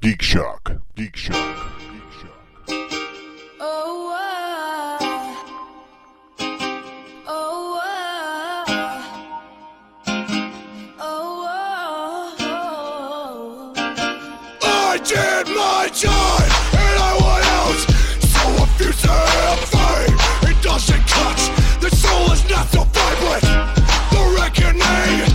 Geek Shock. Geek Shock. Geek Shock. Oh, ah. oh, ah. uh, oh, oh. I did my time, and I went out. So if you say I'm fine, it doesn't cut. The soul is not so vibrant. The reckoning,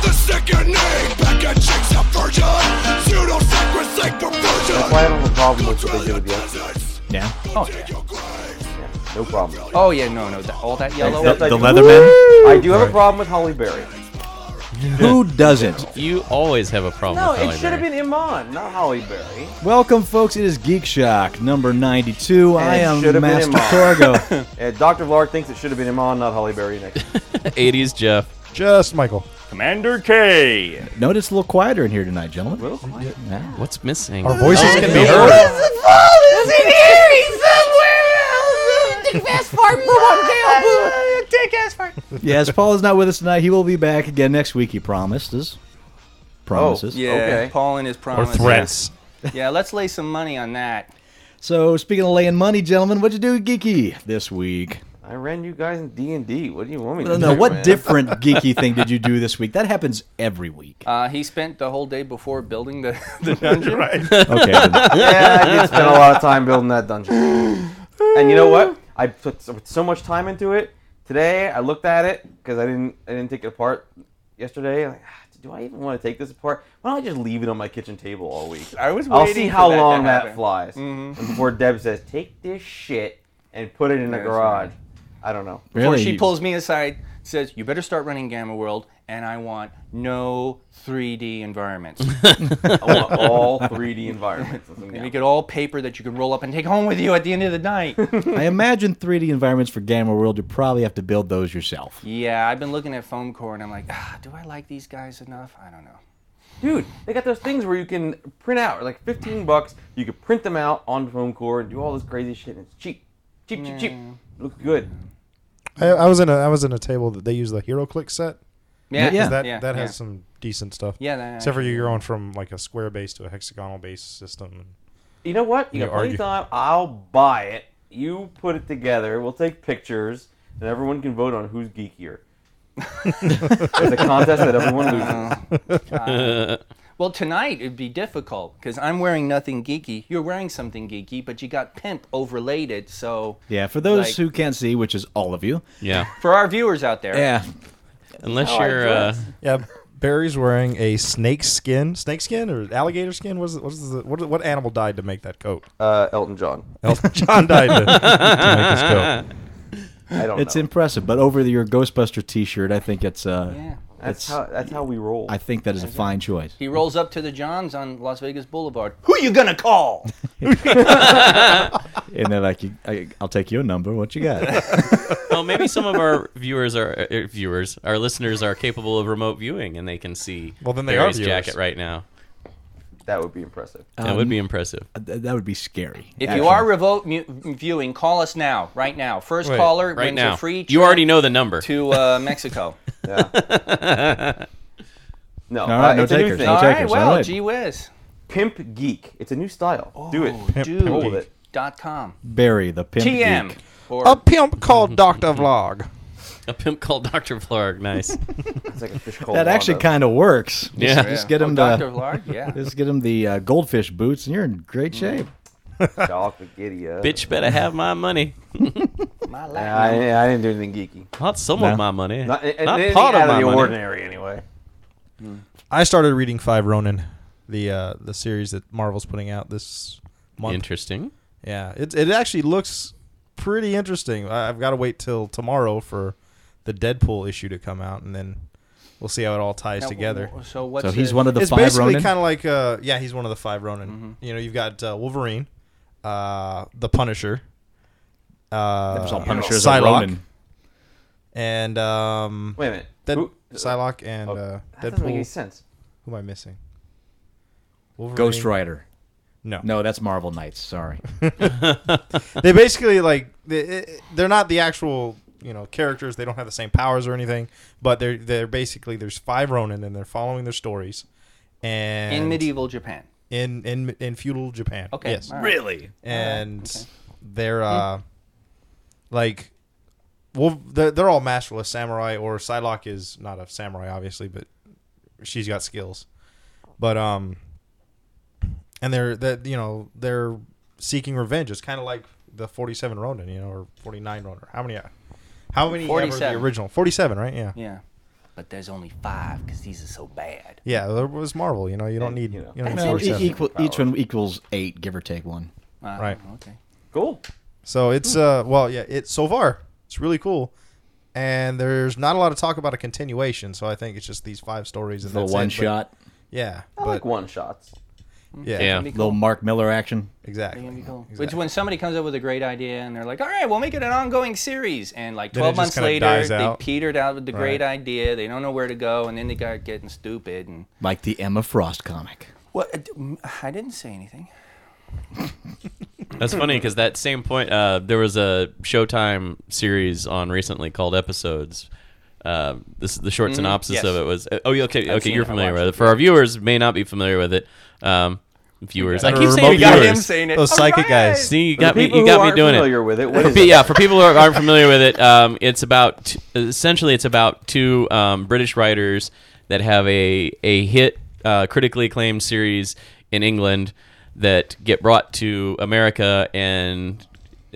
the sickening, packaging's a virgin. Pseudo sacred like perversion. That's why I don't have a problem with what they did with the X. Yeah. Oh yeah. Yeah, no problem. Oh yeah. No, no. That, all that yellow. The, Except I the do- Leatherman. I do have a problem with Holly Berry. Who doesn't? You always have a problem No, with Halle it should have Berry. been Iman, not Holly Berry. Welcome, folks. It is Geek Shock number 92. I it am should have been Master mine. Torgo. And Dr. Vlark thinks it should have been Iman, not Holly Berry next. 80s Jeff. Just Michael. Commander K. Notice it's a little quieter in here tonight, gentlemen. Well, quiet. Yeah. What's missing? Our voices Oh, can no. be heard. Is he here? He's somewhere else. The best part, move on, Dale. Take ass part. yes, Paul is not with us tonight. He will be back again next week, he promises. Promises. Oh, Yeah. Okay. Paul and his Or promise. threats. Yeah. Let's lay some money on that. So, speaking of laying money, gentlemen, what'd you do, Geeky, this week? I ran you guys in D and D. What do you want me to No, do? no, what man? different geeky thing did you do this week? That happens every week. Uh, he spent the whole day before building the, the dungeon. Okay. then. yeah, I did spend a lot of time building that dungeon. and you know what? I put so- so much time into it. Today I looked at it because I didn't I didn't take it apart yesterday. Like, "Ah, do I even want to take this apart? Why don't I just leave it on my kitchen table all week? I was I'll waiting. see for how that to long that happen. Mm-hmm. flies. And before Deb says, "Take this shit and put it in the That's garage," I don't know. Before Really? she pulls me aside, says, "You better start running Gamma World, and I want no 3D environments. I want all 3D environments. and we get all paper that you can roll up and take home with you at the end of the night." I imagine 3D environments for Gamma World, you probably have to build those yourself. yeah, I've been looking at foam core, and I'm like, ah, "Do I like these guys enough? I don't know." Dude, they got those things where you can print out, like 15 bucks, you can print them out on foam core and do all this crazy shit, and it's cheap. Cheap, cheap, cheap. Looks good. I, I was in a I was in a table that they use the Hero Click set. Yeah, Yeah. That yeah, that has yeah. some decent stuff. Yeah, that Except for actually- you, you're going from like a square base to a hexagonal base system. You know what? You You got plenty argue. of time. I'll buy it. You put it together. We'll take pictures, and everyone can vote on who's geekier. It's a contest that everyone loses. Well, tonight it'd be difficult because I'm wearing nothing geeky. You're wearing something geeky, but you got pimp overlaid it. So Yeah, for those Like- who can't see, which is all of you. Yeah. for our viewers out there, Yeah. Unless you're. Uh, Yeah, Barry's wearing a snake skin, snake skin or alligator skin. What is, what, is the, what, what animal died to make that coat? Uh, Elton John. Oh, Elton John died to, to make this coat. I don't It's know. impressive, but over the, your Ghostbuster T-shirt, I think it's uh, Yeah. that's, how, that's how we roll. I think that is a fine choice. He rolls up to the Johns on Las Vegas Boulevard. Who you gonna call? And they're like, you- I, "I'll take your number. What you got?" well, maybe some of our viewers are uh, viewers, our listeners are capable of remote viewing, and they can see Well, then they are Barry's viewers. jacket right now. that would be impressive. Uh, That would Um, be impressive. Th- that would be scary. If actually. you are revolt mu- viewing, call us now, right now. First Wait, caller Right wins now, a free trip you already know the number. to uh, Mexico. Yeah. no, All right, uh, no it's a new takers, no thing. All takers. right, All well, right. gee whiz. Pimp Geek. It's a new style. Do it. Pimp, Dude. Roll with it. Dot com. Barry the pimp TM. geek. Or A pimp called Doctor Vlog. A pimp called Doctor Vlog. Nice. It's like a fish called that actually Wanda. kind of works. Yeah. just get him Dr. the Vlarg, Oh, yeah. just get him the uh, goldfish boots, and you're in great Mm. shape. Dog Wikidia. Bitch, better have my money. My I, Latin. I didn't do anything geeky. Not some No. of my money. Not, Not, and, part of out of my the money. ordinary, anyway. I started reading Five Ronin, the uh, the series that Marvel's putting out this month. Interesting. Yeah, it it actually looks pretty interesting. I, I've got to wait till tomorrow for the Deadpool issue to come out, and then we'll see how it all ties Now, together. So what's so he's one of the it's five basically Ronin. kind of like uh, yeah, he's one of the five Ronin. Mm-hmm. You know, you've got uh, Wolverine, uh, the Punisher, uh, It's all Punisher's a Psylocke, Ronin. and um, Wait a minute. Dead- Who- oh, Psylocke and uh, that doesn't make any Deadpool. sense. Who am I missing? Wolverine? Ghost Rider. No, No, that's Marvel Knights. Sorry. they basically like they, they're not the actual you know characters they don't have the same powers or anything but they're they're basically there's five ronin and they're following their stories and in medieval Japan. in in in feudal Japan. Okay, Yes. all right. Really? Oh, and they're uh, like, well, they're, they're all masterless samurai. Or Psylocke is not a samurai, obviously, but she's got skills. But um, and they're that you know they're seeking revenge. It's kind of like the forty-seven Ronin, you know, or forty-nine Ronin. How many? uh, How many? ever the 47. original forty-seven, right? Yeah. Yeah, but there's only five because these are so bad. Yeah, there was Marvel. You know, you don't need you, you know, don't need Well, e- 47. equal, each one equals eight, give or take one. Uh, Right. Okay. Cool. So it's uh well yeah it's so far it's really cool, and there's not a lot of talk about a continuation. So I think it's just these five stories and The that's it, one but- shot, Yeah, I like one shots. yeah, Yeah. That'd be little cool. Mark Miller action. exactly. That'd be cool. exactly. Which when somebody comes up with a great idea and they're like, "All right, we'll make it an ongoing series," and like Then it twelve just months kinda later, dies they out. petered out with the great Right. idea. They don't know where to go, and then they got getting stupid. And Like the Emma Frost comic. what? uh, I didn't say anything. That's funny because that same point, uh, there was a Showtime series on recently called Episodes. Uh, this the short synopsis yes. of it was. oh, yeah, okay, okay, seen you're it, I familiar watched with it, it. For our viewers, may not be familiar with it. Um, viewers, I Or keep remote saying We got him viewers. saying it. Those psychic guys. See, you For the got me. people You who got me aren't doing it. familiar with it. What For is pe- it? yeah, for people who aren't familiar with it, um, it's about t- essentially it's about two um, British writers that have a a hit uh, critically acclaimed series in England that get brought to America and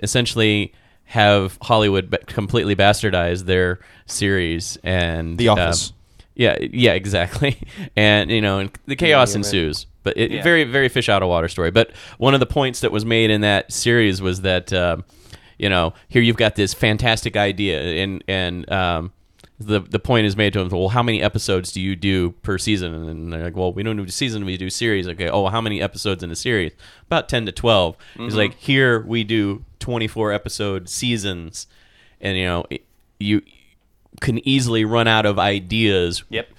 essentially have Hollywood ba- completely bastardized their series and The Office. um, yeah, yeah, exactly. And you know, and the chaos ensues. But it, Yeah. very, very fish out of water story. But one of the points that was made in that series was that um, you know here you've got this fantastic idea, and and um, the the point is made to them. Well, how many episodes do you do per season? And they're like, well, we don't do season, we do series. Okay, oh, how many episodes in a series? About ten to 12 He's like, here we do twenty four episode seasons, and you know, it- you can easily run out of ideas. Yep.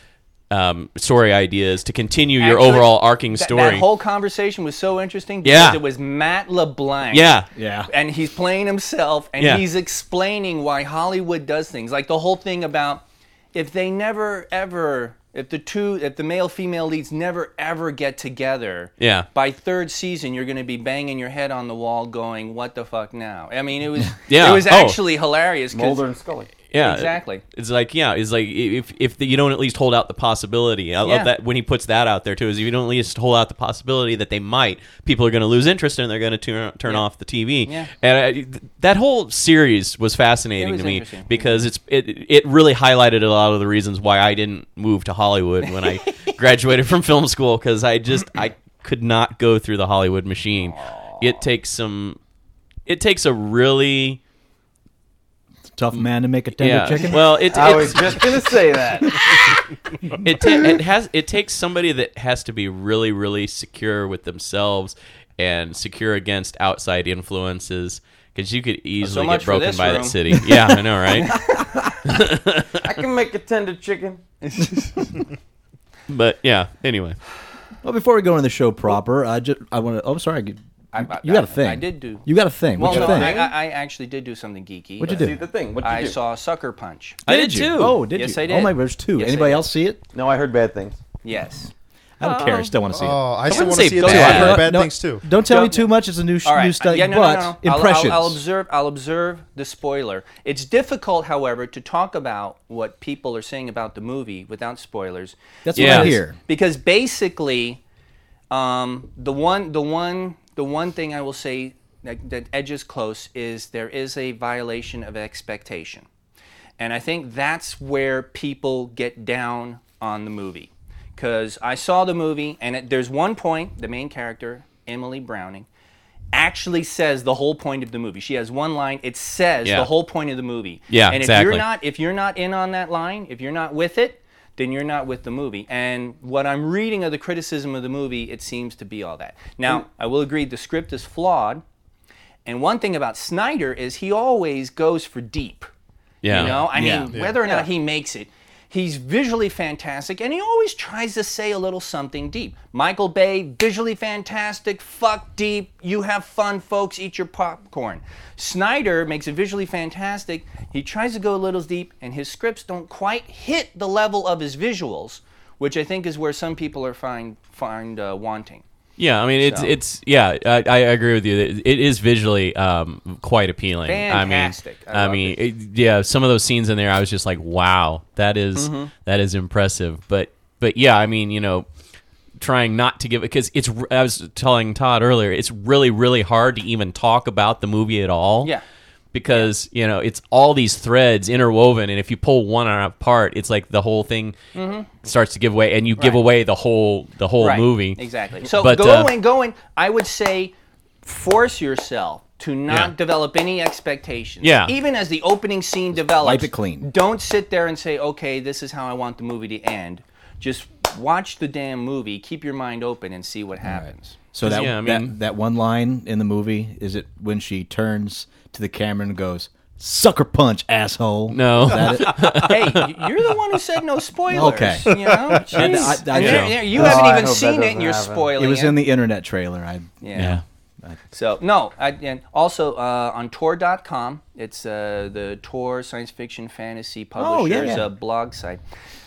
Um, story ideas to continue your Actually, overall arcing That- story. That whole conversation was so interesting because Yeah. it was Matt LeBlanc. yeah. Yeah. And he's playing himself and Yeah. he's explaining why Hollywood does things. Like the whole thing about if they never ever if the two if the male female leads never ever get together, Yeah. by third season you're gonna be banging your head on the wall going, What the fuck now? I mean it was Yeah. it was Oh. actually hilarious 'cause- Mulder and Scully. Yeah, Exactly. It's like yeah, it's like if if you don't at least hold out the possibility. I Yeah. love that when he puts that out there too. Is if you don't at least hold out the possibility that they might, people are going to lose interest and they're going to turn turn off the TV. Yeah. And I, th- that whole series was fascinating It was to me interesting. because it's it it really highlighted a lot of the reasons why I didn't move to Hollywood when I graduated from film school because I just I could not go through the Hollywood machine. It takes some. It takes a really Tough man to make a tender yeah. chicken. Well, it, I it- was just gonna say that. it, ta- it has it takes somebody that has to be really really secure with themselves and secure against outside influences because you could easily much get for broken this by room. that city yeah i know right I can make a tender chicken. but yeah anyway Well, before we go into the show proper, I just I want to. Oh, I'm sorry. You, I- you got a I- thing. I did do- You got a thing. Well What's no, your thing? I, I I actually did do something geeky. What'd See you the do? thing. What you I do? saw Sucker Punch. i did too Oh, did Yes, you? I Oh did. my, there's two. Yes, I Anybody did. else see it? No, I heard bad things. Yes. I don't care. I still want to see it. Oh, I still wouldn't want to say see it too. bad. I've No, heard bad no, things Oh, too. Don't tell me too much. It's a new, sh- All right. new study, Yeah, no, but no, no, no. I'll- impressions. I'll, I'll observe. I'll observe the spoiler. It's difficult, however, to talk about what people are saying about the movie without spoilers. That's Yeah. what I hear. because basically, um, the one, the one, the one thing I will say that, that edges close is there is a violation of expectation, and I think that's where people get down on the movie. Because I saw the movie, and it, there's one point the main character Emily Browning actually says the whole point of the movie. She has one line. It says Yeah. the whole point of the movie. Yeah, and if you're exactly. not if you're not in on that line, if you're not with it, then you're not with the movie. And what I'm reading of the criticism of the movie, it seems to be all that. Mm. Now, I will agree the script is flawed. And one thing about Snyder is he always goes for deep. yeah You know, I Yeah. mean, whether or not he makes it, he's visually fantastic, and he always tries to say a little something deep. Michael Bay, visually fantastic, fuck deep, you have fun, folks, eat your popcorn. Snyder makes it visually fantastic, he tries to go a little deep, and his scripts don't quite hit the level of his visuals, which I think is where some people are find find uh, wanting. Yeah, I mean it's So. it's yeah. I, I agree with you. It it is visually um, quite appealing. Fantastic. I I mean, I love mean, it, yeah. Some of those scenes in there, I was just like, wow, that is- Mm-hmm. that is impressive. But but yeah, I mean, you know, trying not to give it because it's. I was telling Todd earlier, it's really really hard to even talk about the movie at all. Yeah. Because you know it's all these threads interwoven, and if you pull one apart, it's like the whole thing Mm-hmm. starts to give way, and you give away the whole the whole Right. movie. Exactly. So But, uh, going, going, I would say force yourself to not Yeah. develop any expectations. Yeah. Even as the opening scene develops, it clean. Don't sit there and say, okay, this is how I want the movie to end. Just watch the damn movie, keep your mind open, and see what happens. So that, Yeah, I mean- that that one line in the movie is it when she turns to the camera and goes, "Sucker punch, asshole." No. That it? hey, y- you're the one who said no spoilers. Okay. You know? Jeez. I- I- And you're- yeah. you No, I haven't even hope that seen it, doesn't and you're happen. spoiling it it. was in the internet trailer. I yeah. yeah. So no, I, and also uh, on Tor.com, it's uh, the Tor Science Fiction Fantasy Oh, yeah, Publishers yeah. uh, blog site.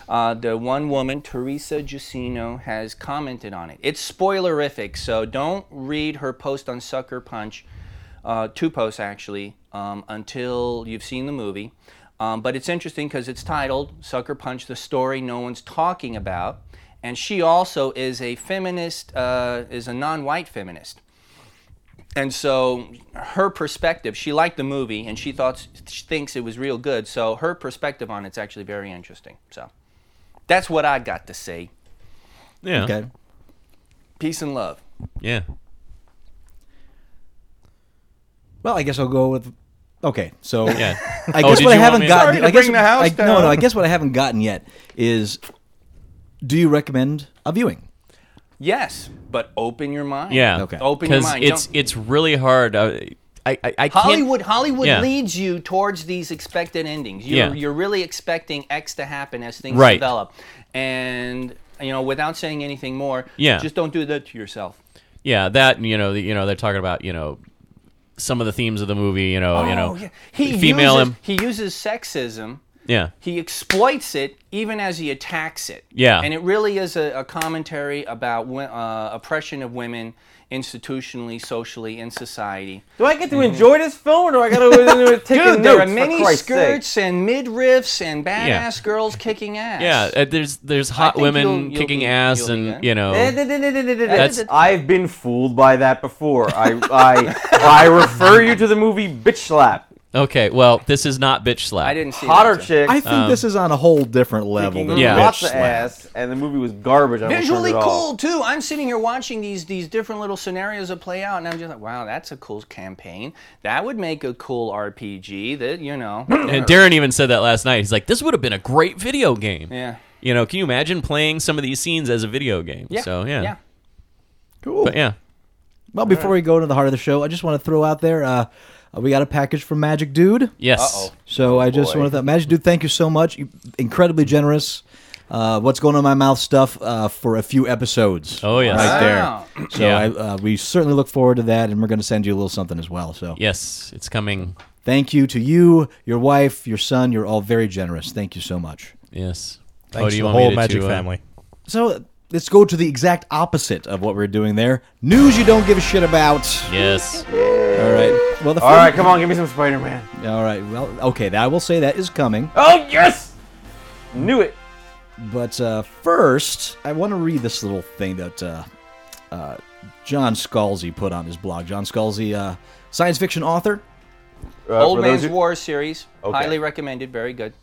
Uh, the one woman, Teresa Giacino, has commented on it. It's spoilerific, so don't read her post on Sucker Punch, uh, two posts actually, um, until you've seen the movie. Um, but it's interesting because it's titled Sucker Punch, the story no one's talking about. And she also is a feminist, uh, is a non white feminist and so her perspective she liked the movie and she thought she thinks it was real good so her perspective on it's actually very interesting so that's what i got to say Yeah. okay. peace and love Yeah. Well, I guess I'll go with. Okay, so Yeah. I Oh, guess did what I you want haven't me to- gotten. Sorry I guess, bring the house I, No, no. I guess what I haven't gotten yet is, do you recommend a viewing? yes but open your mind Yeah. Okay. open your Because mind it's Don't- it's really hard. I I, I, I can't- Hollywood, Hollywood Yeah. leads you towards these expected endings. You're, Yeah. you're really expecting X to happen as things Right. develop, and you know, without saying anything more, Yeah. just don't do that to yourself. Yeah, that and, you know, the, you know, they're talking about you know some of the themes of the movie. You know, you Oh, know, Oh, yeah. he female uses, em- He uses sexism. Yeah. He exploits it even as he attacks it. Yeah. And it really is a, a commentary about wo- uh, oppression of women institutionally, socially, in society. Do I get to enjoy this film, or do I got to take Dude, Mm-hmm. notes? there are for many Christ's skirts sake? and midriffs and badass Yeah. girls kicking ass. yeah. uh, There's there's hot think women you'll- you'll kicking be- ass you'll be and good. you know. That's, I've been fooled by that before. I, I, I refer you to the movie Bitch Slap. okay, well, this is not bitch slap. I didn't see Hotter that. chick. I think Um, this is on a whole different level. kicking than Yeah. bitch Lots of slap. ass, and the movie was garbage. I almost Visually turned it off. cool too. I'm sitting here watching these these different little scenarios that play out, and I'm just like, wow, that's a cool campaign. That would make a cool RPG. That you know. And Darren even said that last night. He's like, "This would have been a great video game." Yeah. You know, can you imagine playing some of these scenes as a video game? Yeah. So yeah. Yeah. Cool. But yeah. Well, before we go to the heart of the show, I just want to throw out there uh, we got a package from Magic Dude. Yes. Uh-oh. So I just boy. want to Magic Dude, thank you so much. You, incredibly generous. Uh, what's going on in my mouth stuff uh, for a few episodes. Oh, yes. right Wow. there. So Yeah. I, uh, we certainly look forward to that, and we're going to send you a little something as well. So Yes, it's coming. thank you to you, your wife, your son. You're all very generous. Thank you so much. Yes. Thanks oh, do to you the want whole me to, Magic uh, family. So uh, let's go to the exact opposite of what we're doing there. News you don't give a shit about. Yes. All right. Well, the All right, come on, give me some Spider Man. on. All right. Well, okay. That I will say that is coming. Oh yes, knew it. But uh, first, I want to read this little thing that uh, uh, John Scalzi put on his blog. John Scalzi, uh, science fiction author. Uh, Old for those Man's who- War series, Okay. highly recommended. Very good.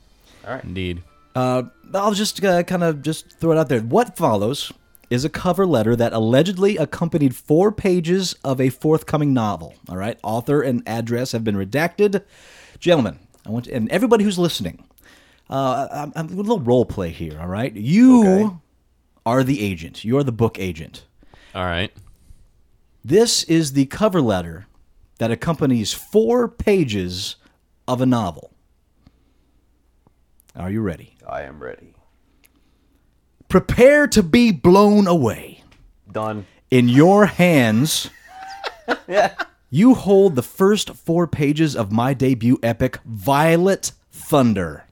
Indeed. Uh, I'll just uh, kind of just throw it out there. What follows is a cover letter that allegedly accompanied four pages of a forthcoming novel. All right, author and address have been redacted. Gentlemen, I want and everybody who's listening, uh, I'm, I'm a little role play here. All right, you are the agent. You are the book agent. All right. This is the cover letter that accompanies four pages of a novel. Are you ready? I am ready. Prepare to be blown away. Done. In your hands, you hold the first four pages of my debut epic, Violet Thunder.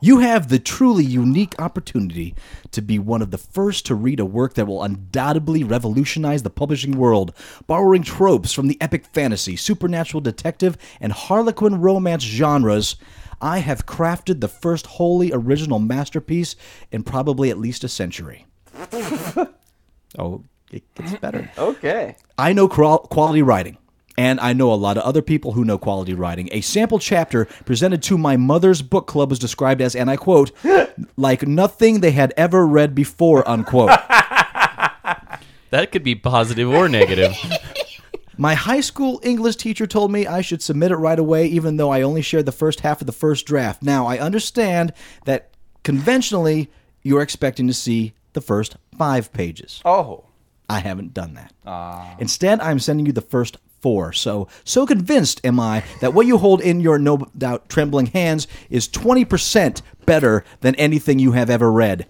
You have the truly unique opportunity to be one of the first to read a work that will undoubtedly revolutionize the publishing world, borrowing tropes from the epic fantasy, supernatural detective, and harlequin romance genres. I have crafted the first wholly original masterpiece in probably at least a century. oh, it gets better. Okay. I know qual- quality writing, and I know a lot of other people who know quality writing. A sample chapter presented to my mother's book club was described as, and I quote, like nothing they had ever read before, unquote. That could be positive or negative. My high school English teacher told me I should submit it right away, even though I only shared the first half of the first draft. Now, I understand that conventionally you're expecting to see the first five pages. Oh. I haven't done that. Instead, I'm sending you the first four. So, so convinced am I that what you hold in your no doubt trembling hands is 20% better than anything you have ever read.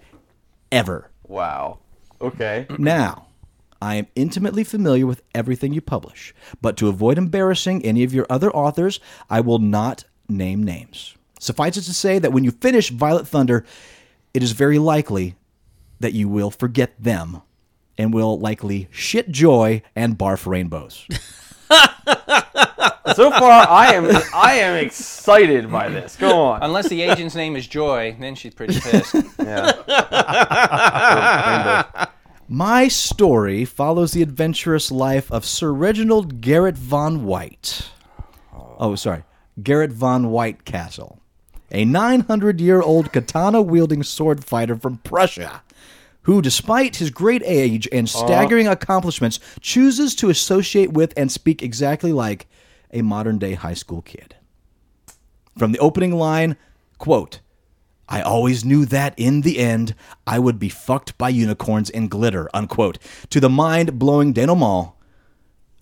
Ever. Wow. Okay. Now, I am intimately familiar with everything you publish, but to avoid embarrassing any of your other authors, I will not name names. Suffice it to say that when you finish Violet Thunder, it is very likely that you will forget them and will likely shit joy and barf rainbows. So far, I am I am excited by this. Go on. Unless the agent's name is Joy, then she's pretty pissed. Ah. My story follows the adventurous life of Sir Reginald Garrett von White. Oh, sorry. Garrett von Whitecastle, a 900 year old katana wielding sword fighter from Prussia, who, despite his great age and staggering accomplishments, chooses to associate with and speak exactly like a modern day high school kid. From the opening line, quote, I always knew that in the end I would be fucked by unicorns and glitter, unquote. To the mind blowing denouement,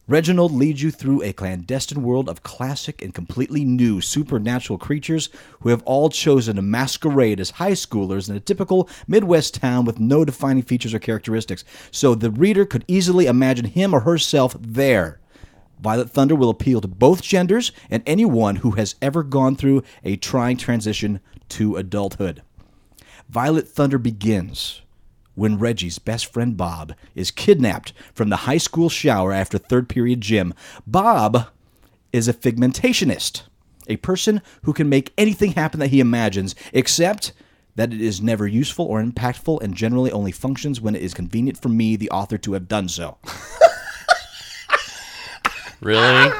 Reginald leads you through a clandestine world of classic and completely new supernatural creatures who have all chosen to masquerade as high schoolers in a typical Midwest town with no defining features or characteristics, so the reader could easily imagine him or herself there. Violet Thunder will appeal to both genders and anyone who has ever gone through a trying transition to adulthood. Violet Thunder begins when Reggie's best friend Bob is kidnapped from the high school shower after third period gym. Bob is a figmentationist, a person who can make anything happen that he imagines, except that it is never useful or impactful and generally only functions when it is convenient for me, the author, to have done so. Really?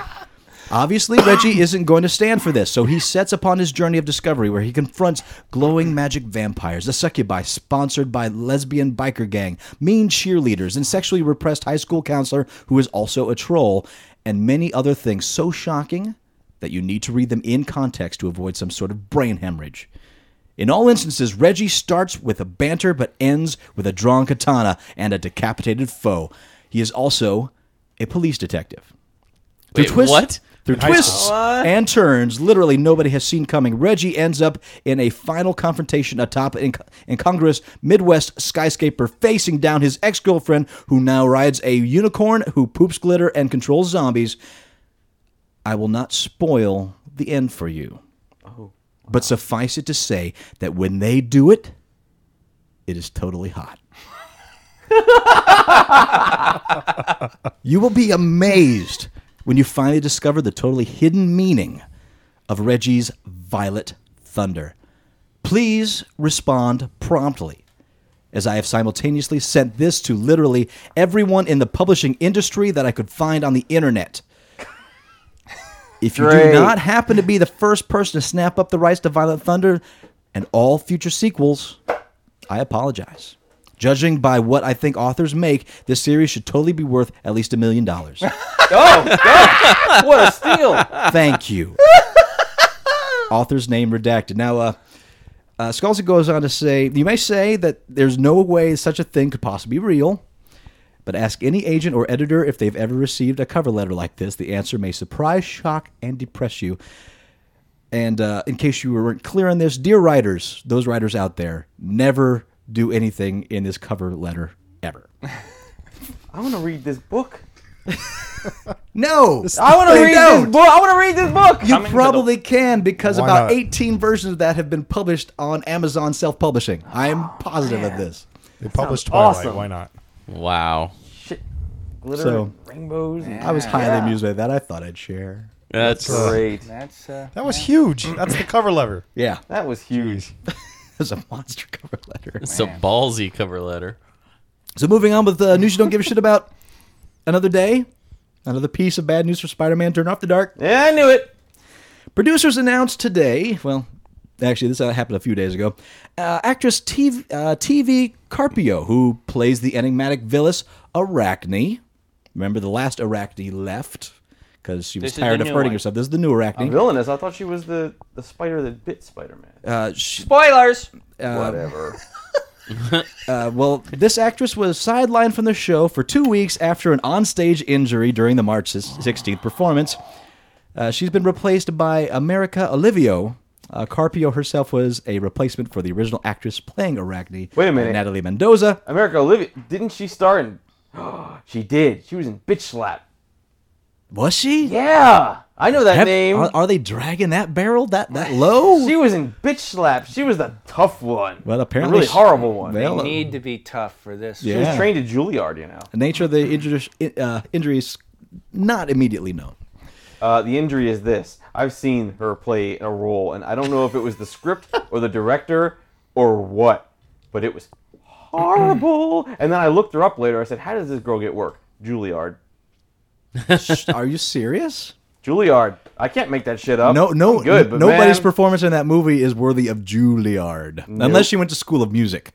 Obviously, Reggie isn't going to stand for this, so he sets upon his journey of discovery where he confronts glowing magic vampires, the succubi sponsored by lesbian biker gang, mean cheerleaders, and sexually repressed high school counselor who is also a troll, and many other things so shocking that you need to read them in context to avoid some sort of brain hemorrhage. In all instances, Reggie starts with a banter but ends with a drawn katana and a decapitated foe. He is also a police detective. Through Wait, what? Through twists and turns, literally nobody has seen coming. Reggie ends up in a final confrontation atop an inc- incongruous Midwest skyscraper, facing down his ex-girlfriend, who now rides a unicorn who poops glitter and controls zombies. I will not spoil the end for you, but suffice it to say that when they do it, it is totally hot. You will be amazed when you finally discover the totally hidden meaning of Reggie's Violet Thunder. Please respond promptly, as I have simultaneously sent this to literally everyone in the publishing industry that I could find on the internet. If you do Great. not happen to be the first person to snap up the rights to Violet Thunder and all future sequels, I apologize. Judging by what I think authors make, this series should totally be worth at least a million dollars. Oh, God. what a steal! Thank you. Author's name redacted. Now, uh, uh, Scalzi goes on to say, You may say that there's no way such a thing could possibly be real, but ask any agent or editor if they've ever received a cover letter like this. The answer may surprise, shock, and depress you. And uh, in case you weren't clear on this, dear writers, those writers out there, never do anything in this cover letter ever. I want to read this book. No, I want to they read don't. this book. I want to read this book. You into the- probably can because Why about not? 18 versions of that have been published on Amazon self-publishing. I am positive of this. They published Twilight. awesome. Why not? Wow. Glitter So- rainbows. And I was highly amused by that. I thought I'd share. That's great. That's uh, That was huge. That's the cover letter. Yeah, That was huge. that's a monster cover letter. it's a ballsy cover letter. So moving on with uh, news you don't give a shit about. Another day, another piece of bad news for Spider-Man: Turn Off the Dark. Yeah, I knew it. Producers announced today, well, actually, this happened a few days ago. Uh, actress TV, uh, TV Carpio, who plays the enigmatic Villas Arachne. Remember the last Arachne left because she was This is the tired of new hurting one. Oh, herself. This is the new Arachne. Villainous. I thought she was the, the spider that bit Spider Man. Uh, she, spoilers. Whatever. uh, well, this actress was sidelined from the show for two weeks after an onstage injury during the March 16th performance. Uh, she's been replaced by America Olivio. Uh, Carpio herself was a replacement for the original actress playing Arachne, uh, Wait a minute. Natalie Mendoza. America Olivia. Didn't she star in? she did. She was in Bitch Slap. Was she? Yeah, I know that Have- name. Are, are they dragging that barrel that that low? she was in Bitch Slap. She was the tough one. Well, The apparently really she- horrible one. Well, They need to be tough for this. She was yeah. trained at Juilliard, you know. The nature of the injuries, uh, injuries not immediately known. Uh, the injury is this. I've seen her play a role, and I don't know if it was the script or the director or what, but it was horrible. and then I looked her up later. I said, "How does this girl get work?" Juilliard. are you serious? Juilliard. I can't make that shit up. No, no, I'm good, n- but nobody's man, performance in that movie is worthy of Juilliard, unless she went to School of Music.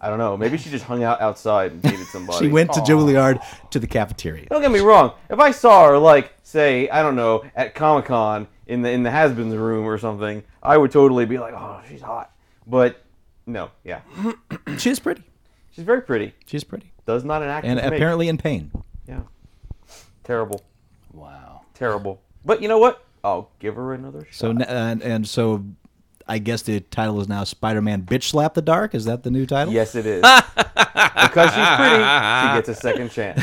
I don't know. Maybe she just hung out outside and dated somebody. She went to Juilliard to the cafeteria. Don't get me wrong. If I saw her, like, say, I don't know, at Comic Con in the in the husband's room or something, I would totally be like, "Oh, she's hot." But no, yeah, She is pretty. she's very pretty. She's pretty, Does not an actress and make. apparently in pain. Yeah. Terrible. Wow. Terrible. But you know what? I'll give her another shot. So n- uh, and, and so, I guess the title is now Spider-Man: Bitch Slap the Dark. Is that the new title? yes, it is. because she's pretty, she gets a second chance.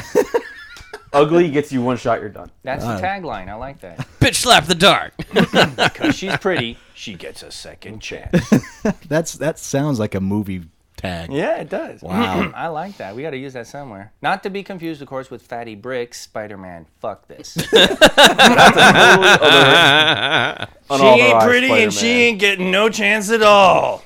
Ugly gets you one shot, you're done. That's the tagline. I like that. Bitch slap the dark. Because she's pretty, she gets a second chance. That's that sounds like a movie tag. Yeah, it does. Wow. I like that. We got to use that somewhere. Not to be confused, of course, with Fatty Bricks, Spider Man. Fuck this. Totally other- unauthorized Spider-Man. getting no chance at all.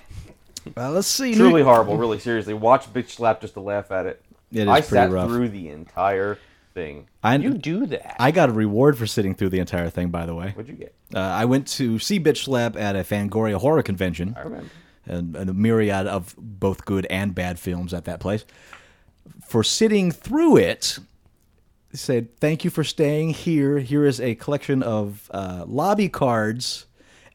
Well, let's see. Truly horrible, really seriously. Watch Bitch Slap just to laugh at it. It is I pretty sat rough. through the entire thing. I, You do that. I got a reward for sitting through the entire thing. By the way, What'd you get? uh, I went to see Bitch Slap at a Fangoria horror convention. I remember. and, and a myriad of both good and bad films at that place. For sitting through it, they said, "Thank you for staying here. Here is a collection of uh, lobby cards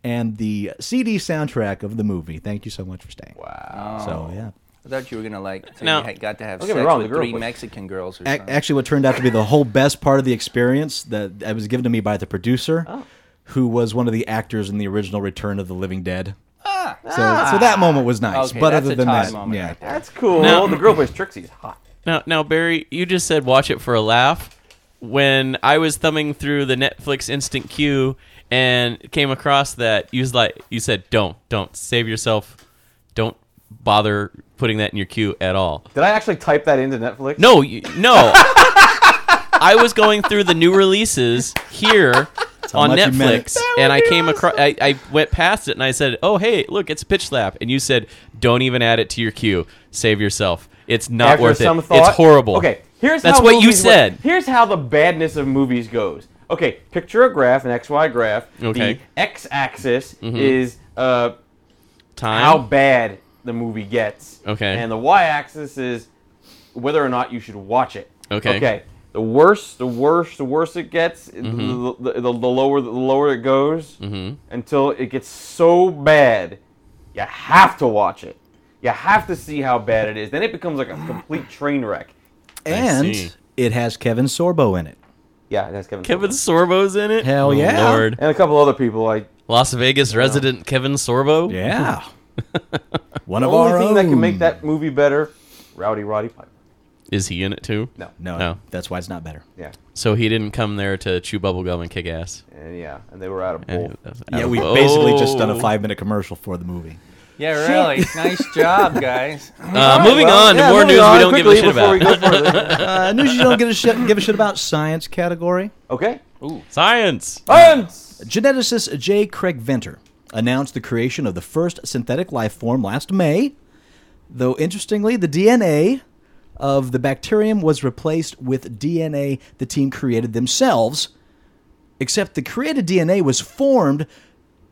and the CD soundtrack of the movie. Thank you so much for staying." Wow. So yeah. I thought you were going to like, say No. you had- got to have Don't sex get me wrong, the with girl three was- Mexican girls or Ac- something. Actually, what turned out to be the whole best part of the experience that that was given to me by the producer, who was one of the actors in the original Return of the Living Dead. Ah, so, so that moment was nice. Okay, but that's other a than Todd that, moment yeah, right there. That's cool. Now- the girl who plays Trixie's hot. Now, now, Barry, you just said watch it for a laugh. When I was thumbing through the Netflix Instant Queue and came across that, you was like, you said, "Don't, don't save yourself. Don't bother putting that in your queue at all." Did I actually type that into Netflix? No, you, no. I was going through the new releases here on much you meant it. Netflix, and I came across. I, I went past it and I said, "Oh, hey, look, it's Pitch Slap," and you said, "Don't even add it to your queue. Save yourself. It's not after worth some it. thought. It's horrible." Okay, here's that's how what you movies work. said. Here's how the badness of movies goes. Okay, picture a graph, an XY graph. Okay. Mm-hmm. The x-axis is uh, Time. how bad the movie gets. Okay. And the y-axis is whether or not you should watch it. Okay. Okay. The worse, the worse, the worse it gets, Mm-hmm. the, the, the, the lower, the lower it goes, until it gets so bad, you have to watch it. You have to see how bad it is. Then it becomes like a complete train wreck. see. and it has Kevin Sorbo in it. Yeah, that's Kevin. Kevin Sorbo. Sorbo's in it. Hell Oh, yeah. Lord. and a couple other people. Like Las Vegas resident Kevin Sorbo. Yeah. One the of only our thing own. that can make that movie better, Rowdy Roddy Piper. Is he in it too? No. No, No. that's why it's not better. Yeah. So he didn't come there to chew bubblegum and kick ass. And yeah, and they were out of And- both. Yeah, Oh. we've basically just done a five minute commercial for the movie. Yeah, really. nice job, guys. Uh, moving on to yeah, more moving news on we don't give a quickly shit before we about. go further. Uh, news you don't give a shit, give a shit about science category. okay. Science. Oh, Science! Geneticist J. Craig Venter announced the creation of the first synthetic life form last May. Though interestingly, the DNA of the bacterium was replaced with DNA the team created themselves, except the created DNA was formed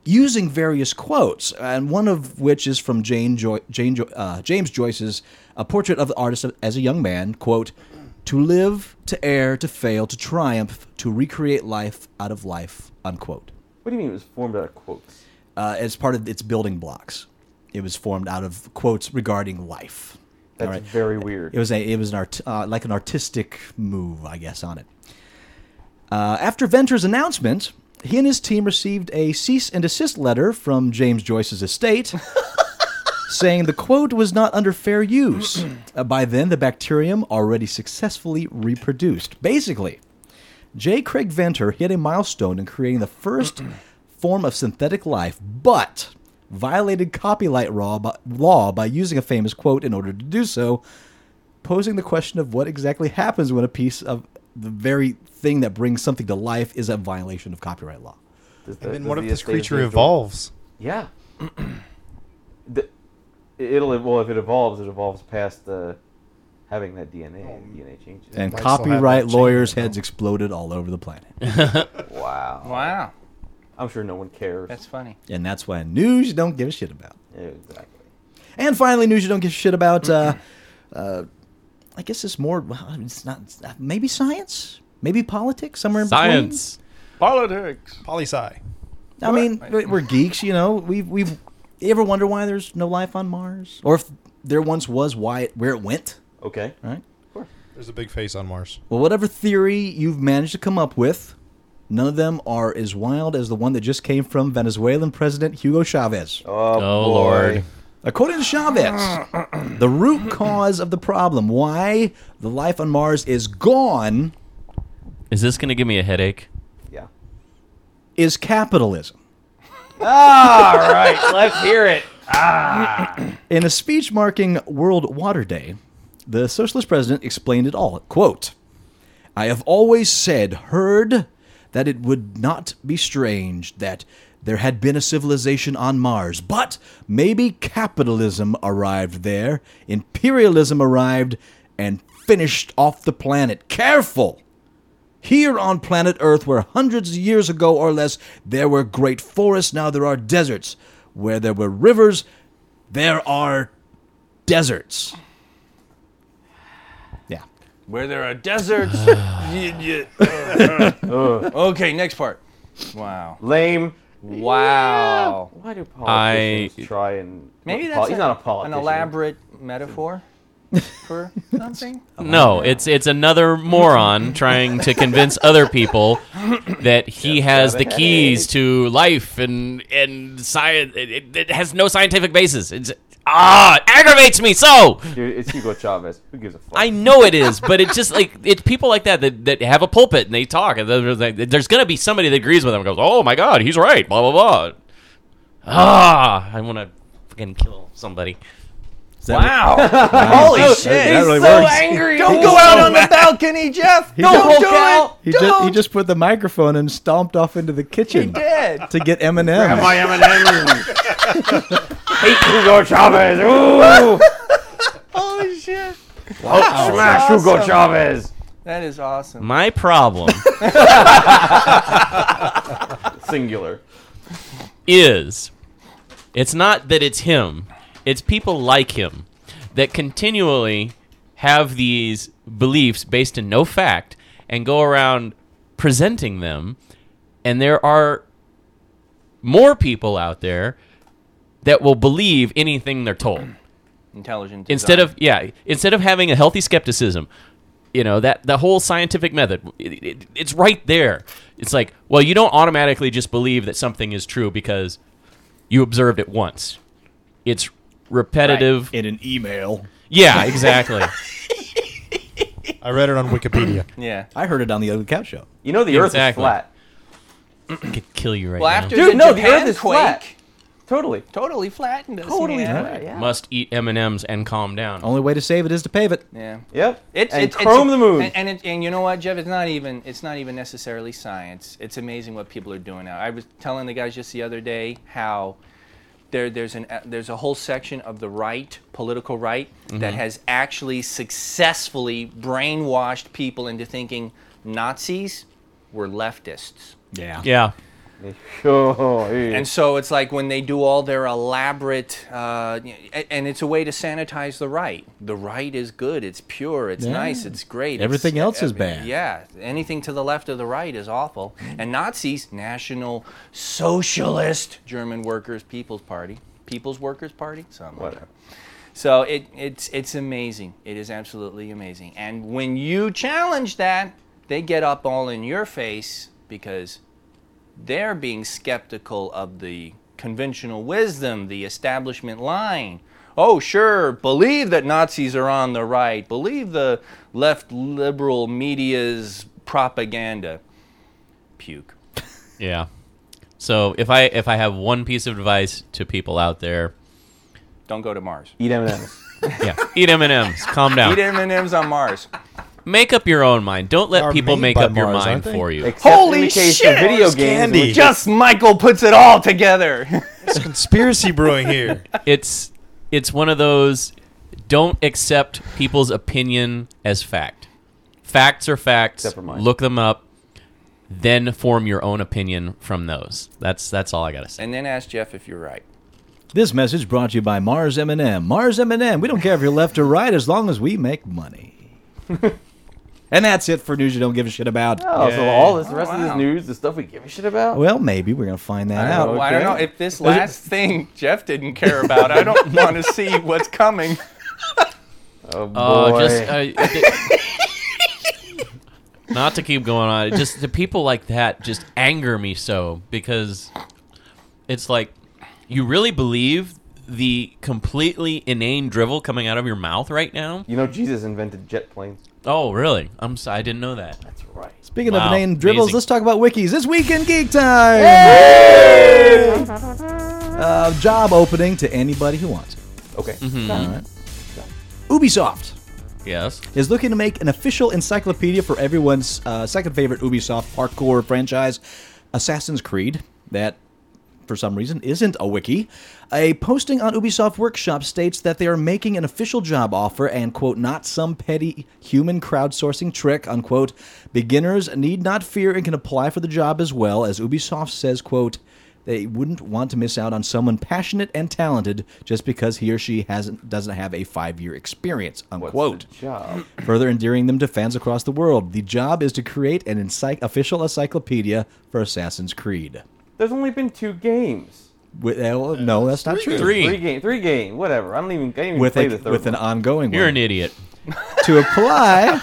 using various quotes, and one of which is from Jane Joy- Jane jo- uh, James Joyce's A Portrait of the Artist as a Young Man, quote, to live, to err, to fail, to triumph, to recreate life out of life, unquote. What do you mean it was formed out of quotes? Uh, as part of its building blocks. It was formed out of quotes regarding life. That's All right. very weird. It was a it was an art uh, like an artistic move, I guess, on it. Uh, after Venter's announcement, he and his team received a cease and desist letter from James Joyce's estate, saying the quote was not under fair use. Uh, by then, the bacterium already successfully reproduced. Basically, J. Craig Venter hit a milestone in creating the first form of synthetic life, but violated copyright law by, law by using a famous quote in order to do so, posing the question of what exactly happens when a piece of the very thing that brings something to life is a violation of copyright law. Does the- And then does what if the this estate of creature James Joyce- evolves? Yeah. the, it'll well if it evolves, it evolves past the having that DNA. DNA changes. And Might still have that copyright chain lawyers' right now. heads exploded all over the planet. wow. Wow, I'm sure no one cares. that's funny. and that's why news you don't give a shit about. exactly. And finally, news you don't give a shit about. Uh, uh, I guess it's more. well, It's not. it's not- Maybe science. Maybe politics. Somewhere in Science. Politics. Poli sci. between. I mean, we- we're geeks. You know, we've we've. You ever wonder why there's no life on Mars, or if there once was, why it, where it went? Okay. Oh, Right. There's a big face on Mars. Well, whatever theory you've managed to come up with, none of them are as wild as the one that just came from Venezuelan President Hugo Chavez. Oh, Oh, boy. Lord. According to Chavez, the root cause of the problem, why the life on Mars is gone, Is this going to give me a headache? Yeah. is capitalism. All Ah, right, let's hear it. Ah. In a speech marking World Water Day, the socialist president explained it all. Quote, I have always said, heard, that it would not be strange that there had been a civilization on Mars, but maybe capitalism arrived there, imperialism arrived, and finished off the planet. Careful! Here on planet Earth, where hundreds of years ago or less there were great forests, now there are deserts. Where there were rivers, there are deserts. Yeah. Where there are deserts. y- y- okay, next part. Wow. Lame. Wow. Why do politicians try and Maybe well, that's he's a- not a politician. an elaborate metaphor for something. Oh, No, it's it's another moron trying to convince other people that he has the keys to life and and science. It, it, it has no scientific basis. It's ah it aggravates me so. Dude, it's Hugo Chavez. Who gives a fuck? I know it is, but it's just like it's people like that that, that have a pulpit and they talk. And they're like- there's going to be somebody that agrees with them. and Goes, oh my god, he's right. Blah blah blah. Ah, I want to fucking kill somebody. Wow. Holy shit. really Oh, angry. Don't go out on the balcony, Jeff. Don't do it. He just, he just put the microphone and stomped off into the kitchen Dead. to get Eminem. I am an enemy. hate Hugo Chavez. Ooh, Holy shit. smash Hugo Chavez. That is awesome. My problem Singular. is it's not that it's him, it's people like him that continually have these beliefs based in no fact and go around presenting them. And there are more people out there that will believe anything they're told Intelligent. instead of yeah instead of having a healthy skepticism you know that the whole scientific method it, it, it's right there it's like well you don't automatically just believe that something is true because you observed it once it's repetitive In an email. yeah exactly I read it on Wikipedia. Yeah. I heard it on the Ugly Couch show. You know the Earth is Exactly. flat. could kill you right Well, now. after Dude, the no, the Japan Earth is quake, flat. Totally. totally flattened us. Totally man. flat. Yeah. Must eat M and M's and calm down. Only way to save it is to pave it. Yeah. Yep. It's, and it's, it's- chrome the moon. And, and, it, and you know what, Jeff? It's not even it's not even necessarily science. It's amazing what people are doing now. I was telling the guys just the other day how there there's an there's a whole section of the right, political right, Mm-hmm. that has actually successfully brainwashed people into thinking Nazis were leftists. Yeah. Yeah. oh, yeah. And so it's like when they do all their elaborate, uh, a- and it's a way to sanitize the right. The right is good, it's pure, it's Yeah. nice, it's great. Everything it's- else is uh, bad. Yeah, anything to the left of the right is awful. And Nazis, National Socialist German Workers People's Party, People's Workers Party, something like that. So it, it's it's amazing. It is absolutely amazing. And when you challenge that, they get up all in your face because they're being skeptical of the conventional wisdom, the establishment line. Oh, sure, believe that Nazis are on the right, believe the left liberal media's propaganda. Puke. Yeah. So if I if I have one piece of advice to people out there, Don't go to Mars. Eat M&Ms. yeah, eat M and M's. Calm Eat down. M&Ms on Mars. Make up your own mind. Don't let They are people made make by up your Mars, mind aren't they? for you. Except Holy in the case shit, Of video there's games, candy. which- Just Michael puts it all together. It's conspiracy brewing here. It's it's one of those. Don't accept people's opinion as fact. Facts are facts. Except for mine. Look them up. Then form your own opinion from those. That's that's all I gotta say. and then ask Jeff if you're right. This message brought to you by Mars M&M. Mars M&M. We don't care if you're left or right as long as we make money. and that's it for news you don't give a shit about. Oh, so all this the rest of wow. this news, the stuff we give a shit about. Well, maybe we're going to find that out. Well, Oh, I don't know okay. if this last thing Jeff didn't care about. I don't want to see what's coming. Oh boy. Oh, just uh, th- not to keep going on. Just the people like that just anger me so because it's like you really believe the completely inane drivel coming out of your mouth right now. you know, Jesus invented jet planes. Oh, really? I'm sorry, I didn't know that. That's right. Speaking Wow, of inane dribbles, amazing. let's talk about wikis. It's Weekend Geek Time! Uh, job opening to anybody who wants it. Okay. Mm-hmm. Ubisoft Yes. is looking to make an official encyclopedia for everyone's uh, second favorite Ubisoft hardcore franchise, Assassin's Creed, that for some reason isn't a wiki. A posting on Ubisoft Workshop states that they are making an official job offer and, quote, not some petty human crowdsourcing trick, unquote. Beginners need not fear and can apply for the job as well, as Ubisoft says, quote, they wouldn't want to miss out on someone passionate and talented just because he or she hasn't doesn't have a five year experience, unquote Job. further endearing them to fans across the world. The job is to create an encyc- official encyclopedia for Assassin's Creed. There's only been two games. With, uh, well, no, that's not true. Three. Three game. Three game. Whatever. I don't even. I didn't even With, play a, the third with an one. ongoing You're one. an idiot. to apply,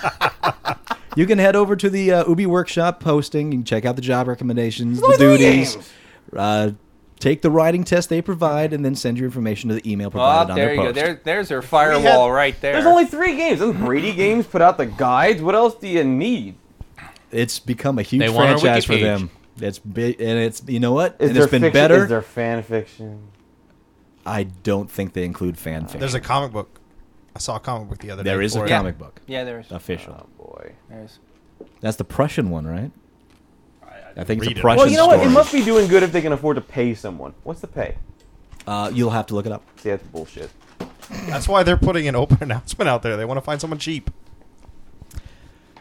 you can head over to the uh, Ubi Workshop posting. You can check out the job recommendations, the three duties. games. Uh, take the writing test they provide, and then send your information to the email Oh, provided on there their you go. post. There, there's her firewall right there. There's only three games. Doesn't Brady Games put out the guides? What else do you need? It's become a huge They want our franchise for wiki page. them. It's big, and it's you know what? Is and there it's been fiction, better. Is there fan fiction? I don't think they include fan fiction. There's a comic book. I saw a comic book the other day. There is a for it. comic book. yeah, there's. Official. Oh boy. there's. That's the Prussian one, right? I, think it's read a it. Prussian Well, you know what? It story. must be doing good if they can afford to pay someone. What's the pay? Uh, you'll have to look it up. See, that's bullshit. That's why they're putting an open announcement out there. They want to find someone cheap.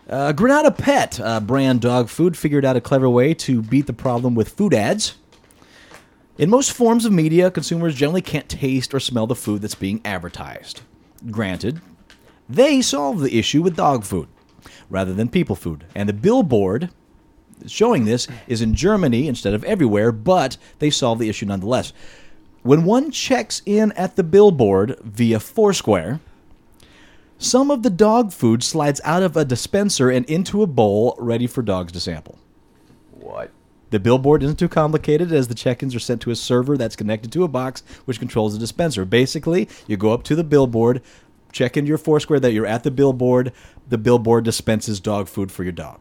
Uh, Granada Pet uh, brand dog food figured out a clever way to beat the problem with food ads. In most forms of media, consumers generally can't taste or smell the food that's being advertised. Granted, they solved the issue with dog food rather than people food. And the billboard showing this is in Germany instead of everywhere, but they solved the issue nonetheless. When one checks in at the billboard via Foursquare, some of the dog food slides out of a dispenser and into a bowl ready for dogs to sample. What? The billboard isn't too complicated as the check ins are sent to a server that's connected to a box which controls the dispenser. Basically, you go up to the billboard, Check into your Foursquare that you're at the billboard. The billboard dispenses dog food for your dog.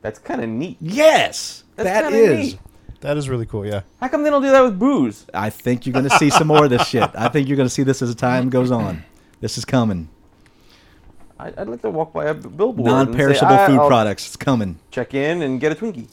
That's kind of neat. Yes, That's that kinda is. neat. That is really cool. Yeah. How come they don't do that with booze? I think you're going to see some more of this shit. I think you're going to see this as time goes on. This is coming. I, I'd like to walk by a b- billboard. and say, Non-perishable "Ah, food I'll products. It's coming. Check in and get a Twinkie.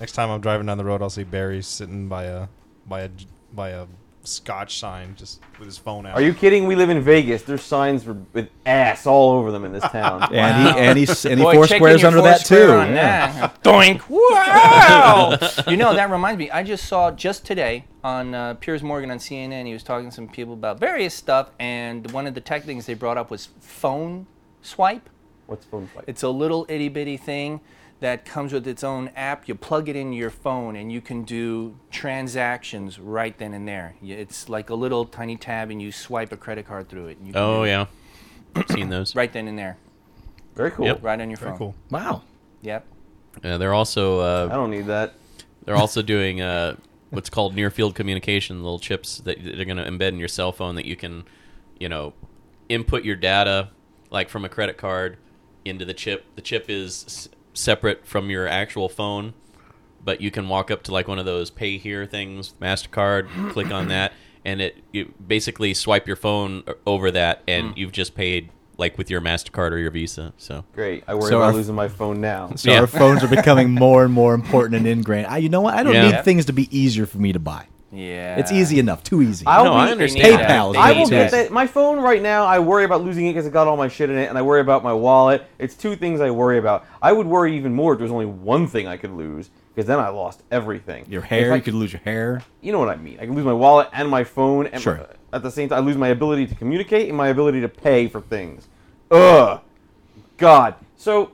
Next time I'm driving down the road, I'll see Barry sitting by a by a by a Scotch sign, just with his phone out. Are you kidding? We live in Vegas. There's signs with with ass all over them in this town. And he and he's and he Boy, check in Foursquare's your under that too. Foursquare on Yeah. that. Doink! Wow! you know that reminds me. I just saw just today on uh, Piers Morgan on CNN. He was talking to some people about various stuff, and one of the tech things they brought up was phone swipe. What's phone like? It's a little itty bitty thing that comes with its own app. You plug it into your phone and you can do transactions right then and there. Y- It's like a little tiny tab and you swipe a credit card through it. And you can Oh do it yeah, seen those. Right then and there. Very cool. Yep. Right on your Very phone. cool. Wow. Yep. Yeah, they're also I uh, don't need that. they're also doing uh, what's called near field communication, little chips that they're going to embed in your cell phone that you can, you know, input your data like from a credit card into the chip. The chip is s- separate from your actual phone, but you can walk up to like one of those pay here things, Mastercard, click on that, and it you basically swipe your phone o- over that, and you've just paid like with your Mastercard or your Visa. So Great. I worry So about our- losing my phone now. So Yeah. our phones are becoming more and more important and ingrained. I, you know what? I don't Yeah. need things to be easier for me to buy. Yeah. It's easy enough. Too easy. I'll no, I be- understand. that. PayPal is They I need will Easy. get that. My phone right now, I worry about losing it because I got all my shit in it, and I worry about my wallet. It's two things I worry about. I would worry even more if there was only one thing I could lose, because then I lost everything. your If hair. I- You could lose your hair. you know what I mean. I could lose my wallet and my phone, and uh, Sure. at the same time, I lose my ability to communicate and my ability to pay for things. Ugh, God. So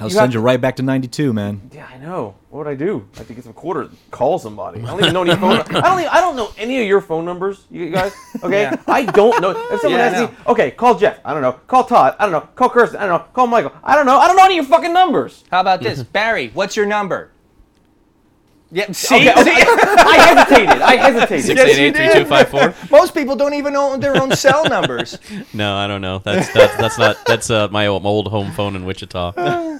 I'll You send have- you right back to '92, man. yeah, I know. What would I do? I have to get some quarters. and Call somebody. I don't even know any phone. I don't. Even, I don't know any of your phone numbers, you guys. Okay, Yeah. I don't know. If someone Yeah, I asks know. me, okay, call Jeff. I don't know. Call Todd. I don't know. Call Kirsten. I don't know. Call Michael. I don't know. I don't know any of your fucking numbers. How about this, Barry? What's your number? Yep. See, Okay, okay. I hesitated. I hesitated. Six eight eight three two five four. most people don't even know their own cell numbers. No, I don't know. That's that's, that's not that's uh, my, old, my old home phone in Wichita.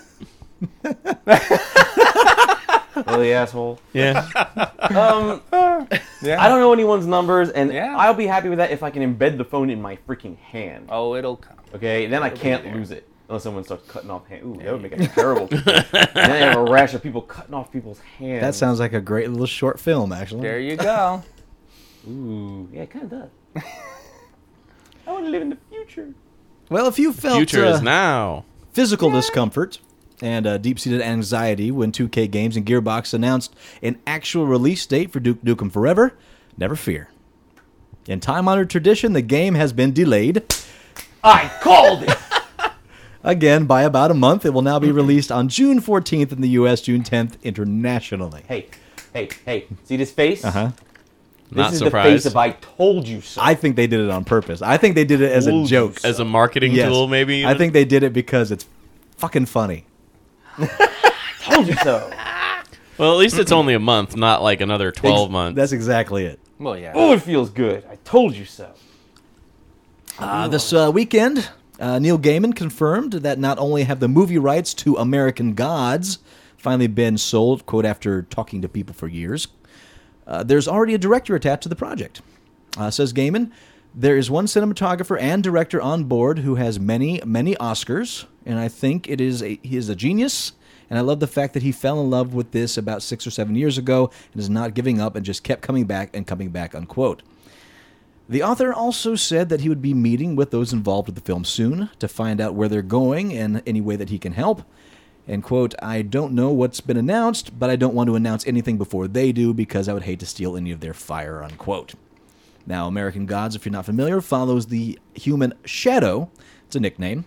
Really, asshole. Yeah, uh, Um, I don't know anyone's numbers, and Yeah. I'll be happy with that if I can embed the phone in my freaking hand. Oh, it'll come. Okay, then I can't lose it unless someone starts cutting off hand. Ooh, that would make a terrible. complaint. then I have a rash of people cutting off people's hands. That sounds like a great little short film, actually. There you go. Ooh, yeah, it kind of does. I want to live in the future. Well, if you felt future uh, is now. physical discomfort and uh, deep-seated anxiety when 2K Games and Gearbox announced an actual release date for Duke Nukem Forever, never fear. In time-honored tradition, the game has been delayed. I called it. Again, by about a month, it will now be Mm-hmm. released on June 14th in the U.S., June 10th internationally. hey, hey, hey! See this face? Uh Uh-huh. This Not is surprised. the face of I told you so. I think they did it on purpose. I think they did it as a joke. as a marketing Yes. tool, maybe. I think they did it because it's fucking funny. told you so. Well, at least it's only a month, not like another twelve Ex- months. That's exactly it. Well, yeah. Oh, it feels good. I told you so. Uh, this uh, weekend, uh, Neil Gaiman confirmed that not only have the movie rights to American Gods finally been sold, quote, after talking to people for years, uh, there's already a director attached to the project. Uh, says Gaiman, there is one cinematographer and director on board who has many, many Oscars, and I think it is a, he is a genius. And I love the fact that he fell in love with this about six or seven years ago and is not giving up and just kept coming back and coming back, unquote. The author also said that he would be meeting with those involved with the film soon to find out where they're going and any way that he can help. And quote, I don't know what's been announced, but I don't want to announce anything before they do because I would hate to steal any of their fire, unquote. Now, American Gods, if you're not familiar, follows the human Shadow, it's a nickname,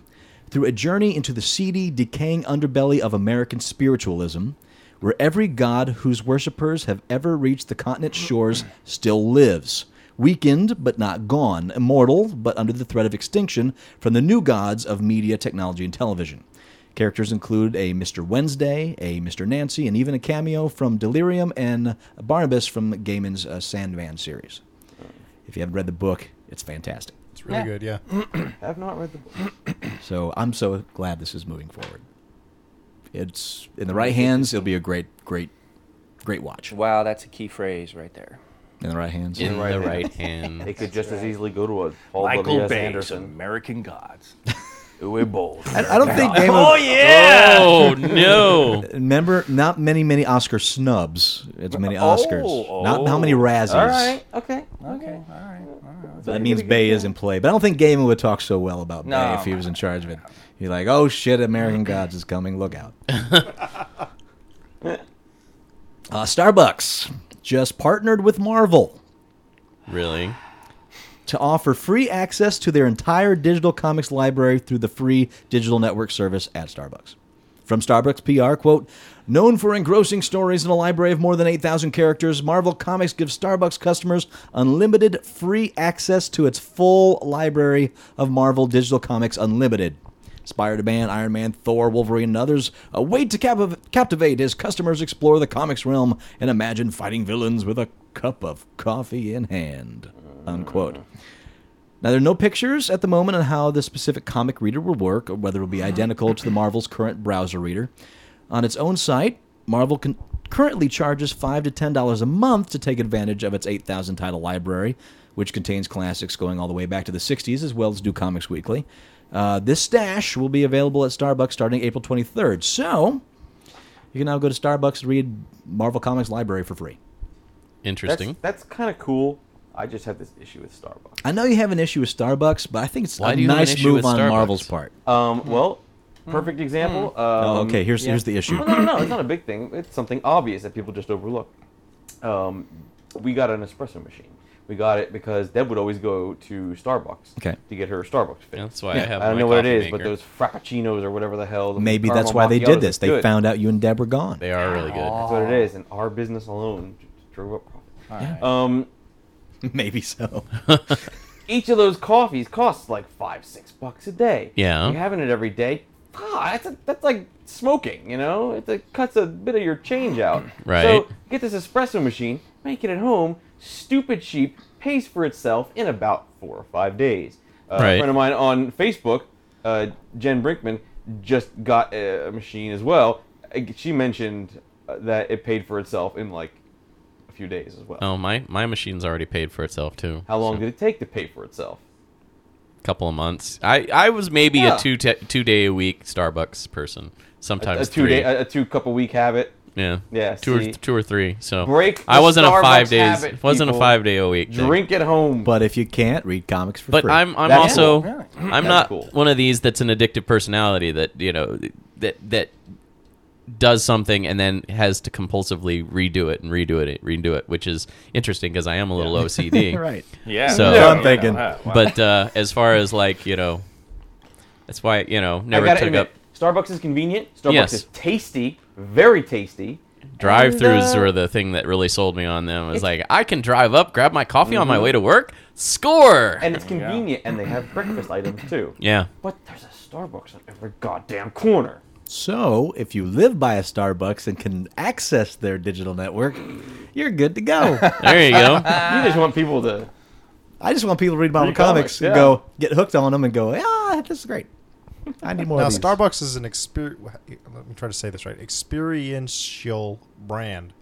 through a journey into the seedy, decaying underbelly of American spiritualism, where every god whose worshippers have ever reached the continent's shores still lives, weakened but not gone, immortal but under the threat of extinction from the new gods of media, technology, and television. Characters include a Mr. Wednesday, a Mr. Nancy, and even a cameo from Delirium and Barnabas from Gaiman's uh, Sandman series. If you haven't read the book, it's fantastic. It's really Yeah. good. Yeah. I've not read the book. So I'm so glad this is moving forward. It's in the right hands. It'll be a great, great, great watch. Wow, that's a key phrase right there. In the right hands. in right the hand. right hand. It could just as easily go to a Paul Michael W.S. Bay's Anderson. American Gods. Uwe Boll. I, I don't think Game Oh of, yeah. Oh no! remember not many many Oscar snubs. It's many Oscars. Oh, Not how many Razzies. All right. Okay. Okay, all right. So that means Bay is in play. But I don't think Gaiman would talk so well about No. Bay if he was in charge of it. He'd be like, "Oh shit, American Gods is coming! Look out!" uh, Starbucks just partnered with Marvel Really? to offer free access to their entire digital comics library through the free digital network service at Starbucks. From Starbucks PR, quote, known for engrossing stories in a library of more than 8,000 characters, Marvel Comics gives Starbucks customers unlimited free access to its full library of Marvel Digital Comics Unlimited. Spider-Man, Iron Man, Thor, Wolverine, and others a way to cap- captivate as customers explore the comics realm and imagine fighting villains with a cup of coffee in hand. Unquote. Now, there are no pictures at the moment on how the specific comic reader will work or whether it will be identical to the Marvel's current browser reader. On its own site, Marvel con- currently charges 5 to $10 a month to take advantage of its 8,000 title library, which contains classics going all the way back to the 60s as well as New Comics Weekly. Uh, this stash will be available at Starbucks starting April 23rd. So, you can now go to Starbucks and read Marvel Comics Library for free. Interesting. That's, that's kind of cool. I just have this issue with Starbucks. I know you have an issue with Starbucks, but I think it's Why a do you have an nice issue move with on Starbucks? Marvel's part. Um, well, perfect example. Oh, um, okay, here's here's the issue. No, no, no, it's not a big thing. It's something obvious that people just overlook. Um, we got an espresso machine. We got it because Deb would always go to Starbucks Okay. to get her Starbucks fix. Yeah, that's why I Yeah. have. I don't my know what it coffee is, but maker. those frappuccinos or whatever the hell. the Maybe caramel that's why they macchiatos did this. is They good. found out you and Deb were gone. they are really good. That's what it is, and our business alone j- drove up profit. Um, Maybe so. each of those coffees costs like five, six bucks a day. Yeah. You're having it every day. Ah, that's, a, that's like smoking, you know? It, it cuts a bit of your change out. Right. So get this espresso machine, make it at home. Stupid cheap, pays for itself in about four or five days. Uh, Right. A friend of mine on Facebook, uh, Jen Brinkman, just got a, a machine as well. Uh, She mentioned uh, that it paid for itself in like a few days as well. Oh, my my machine's already paid for itself too. How long did it take to pay for itself? A couple of months. I I was maybe Yeah. a two te- two day a week Starbucks person. a Sometimes two three. day, a, a two cup a week habit. yeah. Yeah, Two or see. two or three. So Break I the wasn't a Starbucks five days. habit, wasn't a people. five day a week. thing. Drink at home. But if you can't read comics for But free, I'm I'm That's also cool. I'm That's not cool. one of these that's an addictive personality that you know that that does something and then has to compulsively redo it and redo it and redo it, which is interesting because I am a little OCD. right. Yeah. So- Yeah, I'm thinking. wow. But uh, as far as like you know, that's why you know I never gotta took admit, up Starbucks is convenient. Starbucks Yes. is tasty, very tasty. drive-throughs And, uh, were the thing that really sold me on them. It was like I can drive up, grab my coffee on my way to work, score. And it's convenient, and they have breakfast items too. yeah, But there's a Starbucks on every goddamn corner. So if you live by a Starbucks and can access their digital network, you're good to go. there you go. you just want people to. I just want people to read Marvel Read comics, comics, and yeah. go get hooked on them and go, ah, this is great. I need more Now of these. Starbucks is an experience. Let me try to say this right. Experiential brand,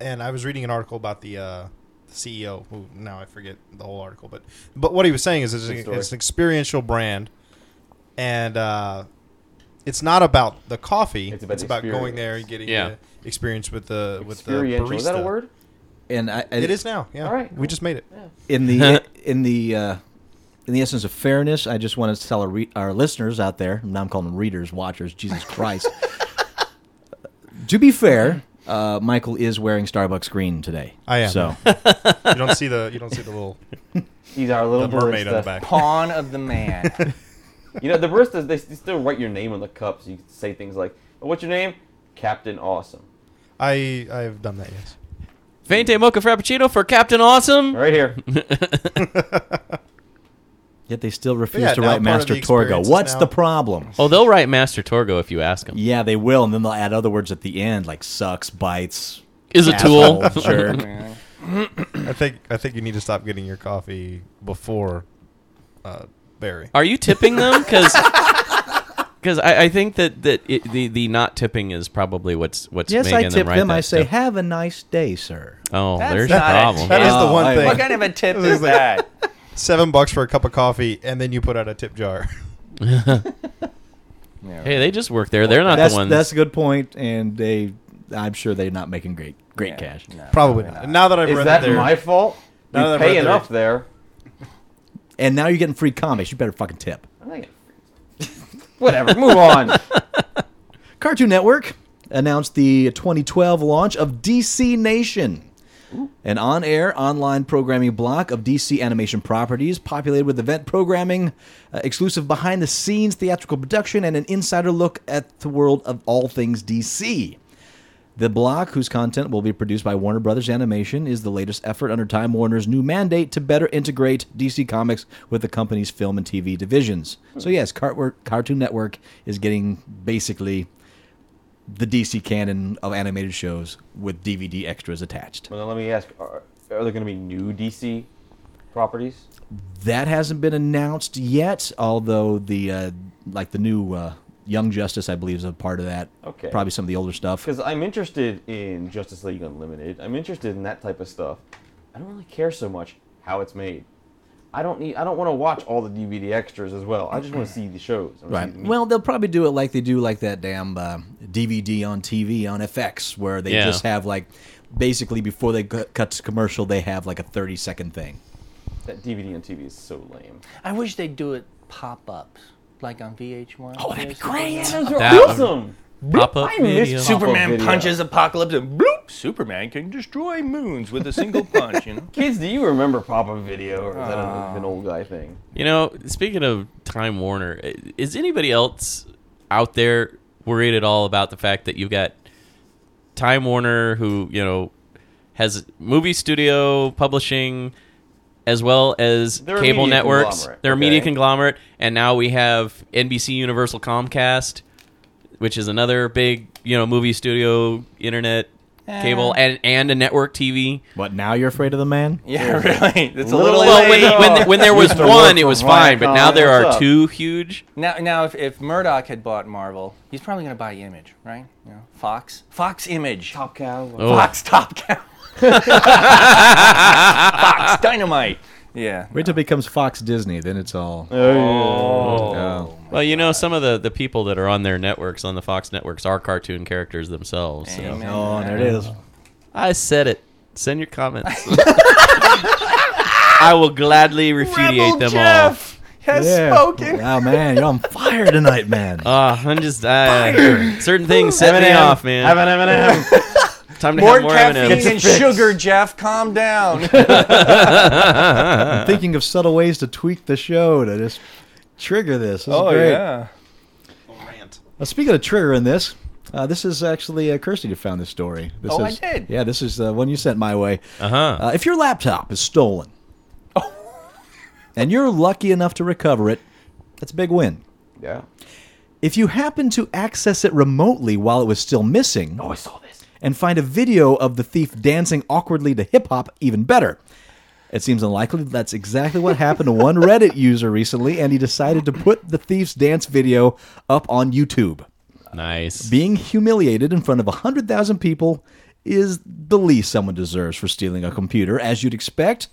and I was reading an article about the, uh, the CEO. Who now I forget the whole article, but but what he was saying is it's, Good story. it's an experiential brand, and uh, it's not about the coffee. It's about It's about, the going experience. there and getting Yeah. the experience with the with the Experiential. barista. Is that a word? And I, I, It is now. Yeah. All right. We just made it. in the in the uh, in the essence of fairness, I just want to tell our, re- our listeners out there. Now I'm calling them readers, watchers. Jesus Christ. to be fair, uh, Michael is wearing Starbucks green today. I am. So You don't see the you don't see the little He's our little the mermaid on the barista. back. Pawn of the man. You know, the baristas, they s- still write your name on the cup, so you can say things like, oh, What's your name? Captain Awesome. I I've done that. Yes. Fainte mocha frappuccino for Captain Awesome. Right here. yet they still refuse yeah, to now write part of Master the Torgo. experience is What's now- the problem? Oh, they'll write Master Torgo if you ask them. Yeah, they will, and then they'll add other words at the end, like sucks, bites, Is a tool. asshole, jerk. I think I think you need to stop getting your coffee before uh, Barry. Are you tipping them? Because I, I think that that it, the the not tipping is probably what's what's Yes, making I tip write them. I that say, stuff. "Have a nice day, sir." oh, That's there's a not a problem. That is Oh, the one I- thing. What kind of a tip is like- that? Seven bucks for a cup of coffee, and then you put out a tip jar. Hey, they just work there. They're not That's the ones. that's a good point, and they, I'm sure they're not making great great cash. Probably not. Now that I've Is read that there, my fault? Now You that I've pay read enough there. And now you're getting free comics. You better fucking tip. I'm not gonna- Whatever. Move on. Cartoon Network announced the 2012 launch of DC Nation, an on air online programming block of DC animation properties populated with event programming, uh, exclusive behind the scenes theatrical production, and an insider look at the world of all things DC. The block, whose content will be produced by Warner Brothers Animation, is the latest effort under Time Warner's new mandate to better integrate DC Comics with the company's film and TV divisions. So, yes, Cartwor- Cartoon Network is getting basically the DC canon of animated shows with DVD extras attached. Well, then let me ask: Are, are there going to be new DC properties? That hasn't been announced yet, although the uh, like the new uh, Young Justice, I believe, is a part of that. Okay. Probably some of the older stuff. Because I'm interested in Justice League Unlimited. I'm interested in that type of stuff. I don't really care so much how it's made. I don't need. I don't want to watch all the DVD extras as well. I just want to see the shows. I wanna see Right. the meat. Well, they'll probably do it like they do like that damn uh, DVD on TV on FX, where they Yeah. just have like basically before they cut cut to commercial, they have like a thirty second thing. that DVD on TV is so lame. I wish they'd do it pop ups, like on VH1. Oh, that'd be great. Those are That- awesome. Pop up I miss video. Super- Superman video. punches Apocalypse and bloop. Superman can destroy moons with a single punch. You know. Ah. Kids, do you remember Papa Video, or is that a, an old guy thing? You know, speaking of Time Warner, i- is anybody else out there worried at all about the fact that you've got Time Warner, who you know has movie studio publishing, as well as They're a cable media networks, conglomerate, they're a media okay. conglomerate, and now we have NBC Universal Comcast, which is another big you know movie studio internet Eh. cable and and a network TV. But now you're afraid of the man. Yeah, really. It's a Little little Well, late. when, when, when there was Used to work one, it for was fine, but now Viacom. there What's are up? two huge. Now, now if, if Murdoch had bought Marvel, he's probably going to buy Image, right? You know, Fox, Fox Image, Top Cow. Oh. Fox Top Cow, Fox Dynamite. Yeah. Wait till it becomes Fox Disney, then it's all. Oh. Well, you know, some of the, the people that are on their networks, on the Fox networks, are cartoon characters themselves. so- Amen. Oh, there it is. I said it. Send your comments. I will gladly repudiate Rebel them Jeff has Yeah. spoken. Wow, man, you're on fire tonight, man. all. Uh, I'm just uh, certain things set me off, man. Have an M&M. Time to More, have more caffeine M&Ms. and sugar, Jeff. Calm down. I'm thinking of subtle ways to tweak the show to just trigger this. This Oh, is great. Uh, speaking of triggering this, uh, this is actually uh, Kirsty that found this story. This Oh, I is, did. Yeah, this is the one you sent my way. Uh-huh. Uh, if your laptop is stolen, and you're lucky enough to recover it, that's a big win. yeah. If you happen to access it remotely while it was still missing, Oh, I saw this. and find a video of the thief dancing awkwardly to hip hop, even better. It seems unlikely that that's exactly what happened to one Reddit user recently, and he decided to put the thief's dance video up on YouTube. Nice. Being humiliated in front of 100,000 people is the least someone deserves for stealing a computer. As you'd expect,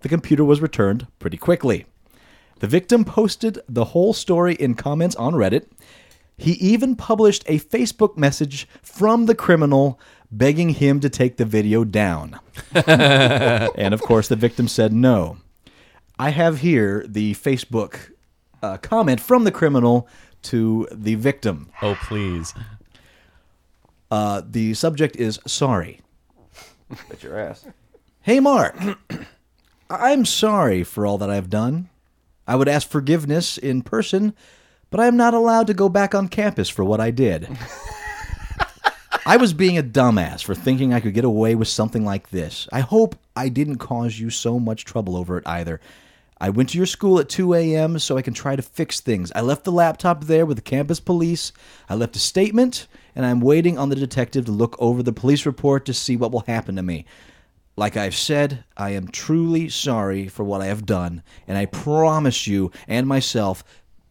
the computer was returned pretty quickly. The victim posted the whole story in comments on Reddit. He even published a Facebook message from the criminal begging him to take the video down. and of course, the victim said no. I have here the Facebook uh, comment from the criminal to the victim. oh, please. Uh, the subject is sorry. Bet your ass. Hey, Mark. I'm sorry for all that I've done. I would ask forgiveness in person, but I am not allowed to go back on campus for what I did. I was being a dumbass for thinking I could get away with something like this. I hope I didn't cause you so much trouble over it either. I went to your school at 2 a.m. so I can try to fix things. I left the laptop there with the campus police. I left a statement, and I'm waiting on the detective to look over the police report to see what will happen to me. Like I've said, I am truly sorry for what I have done, and I promise you and myself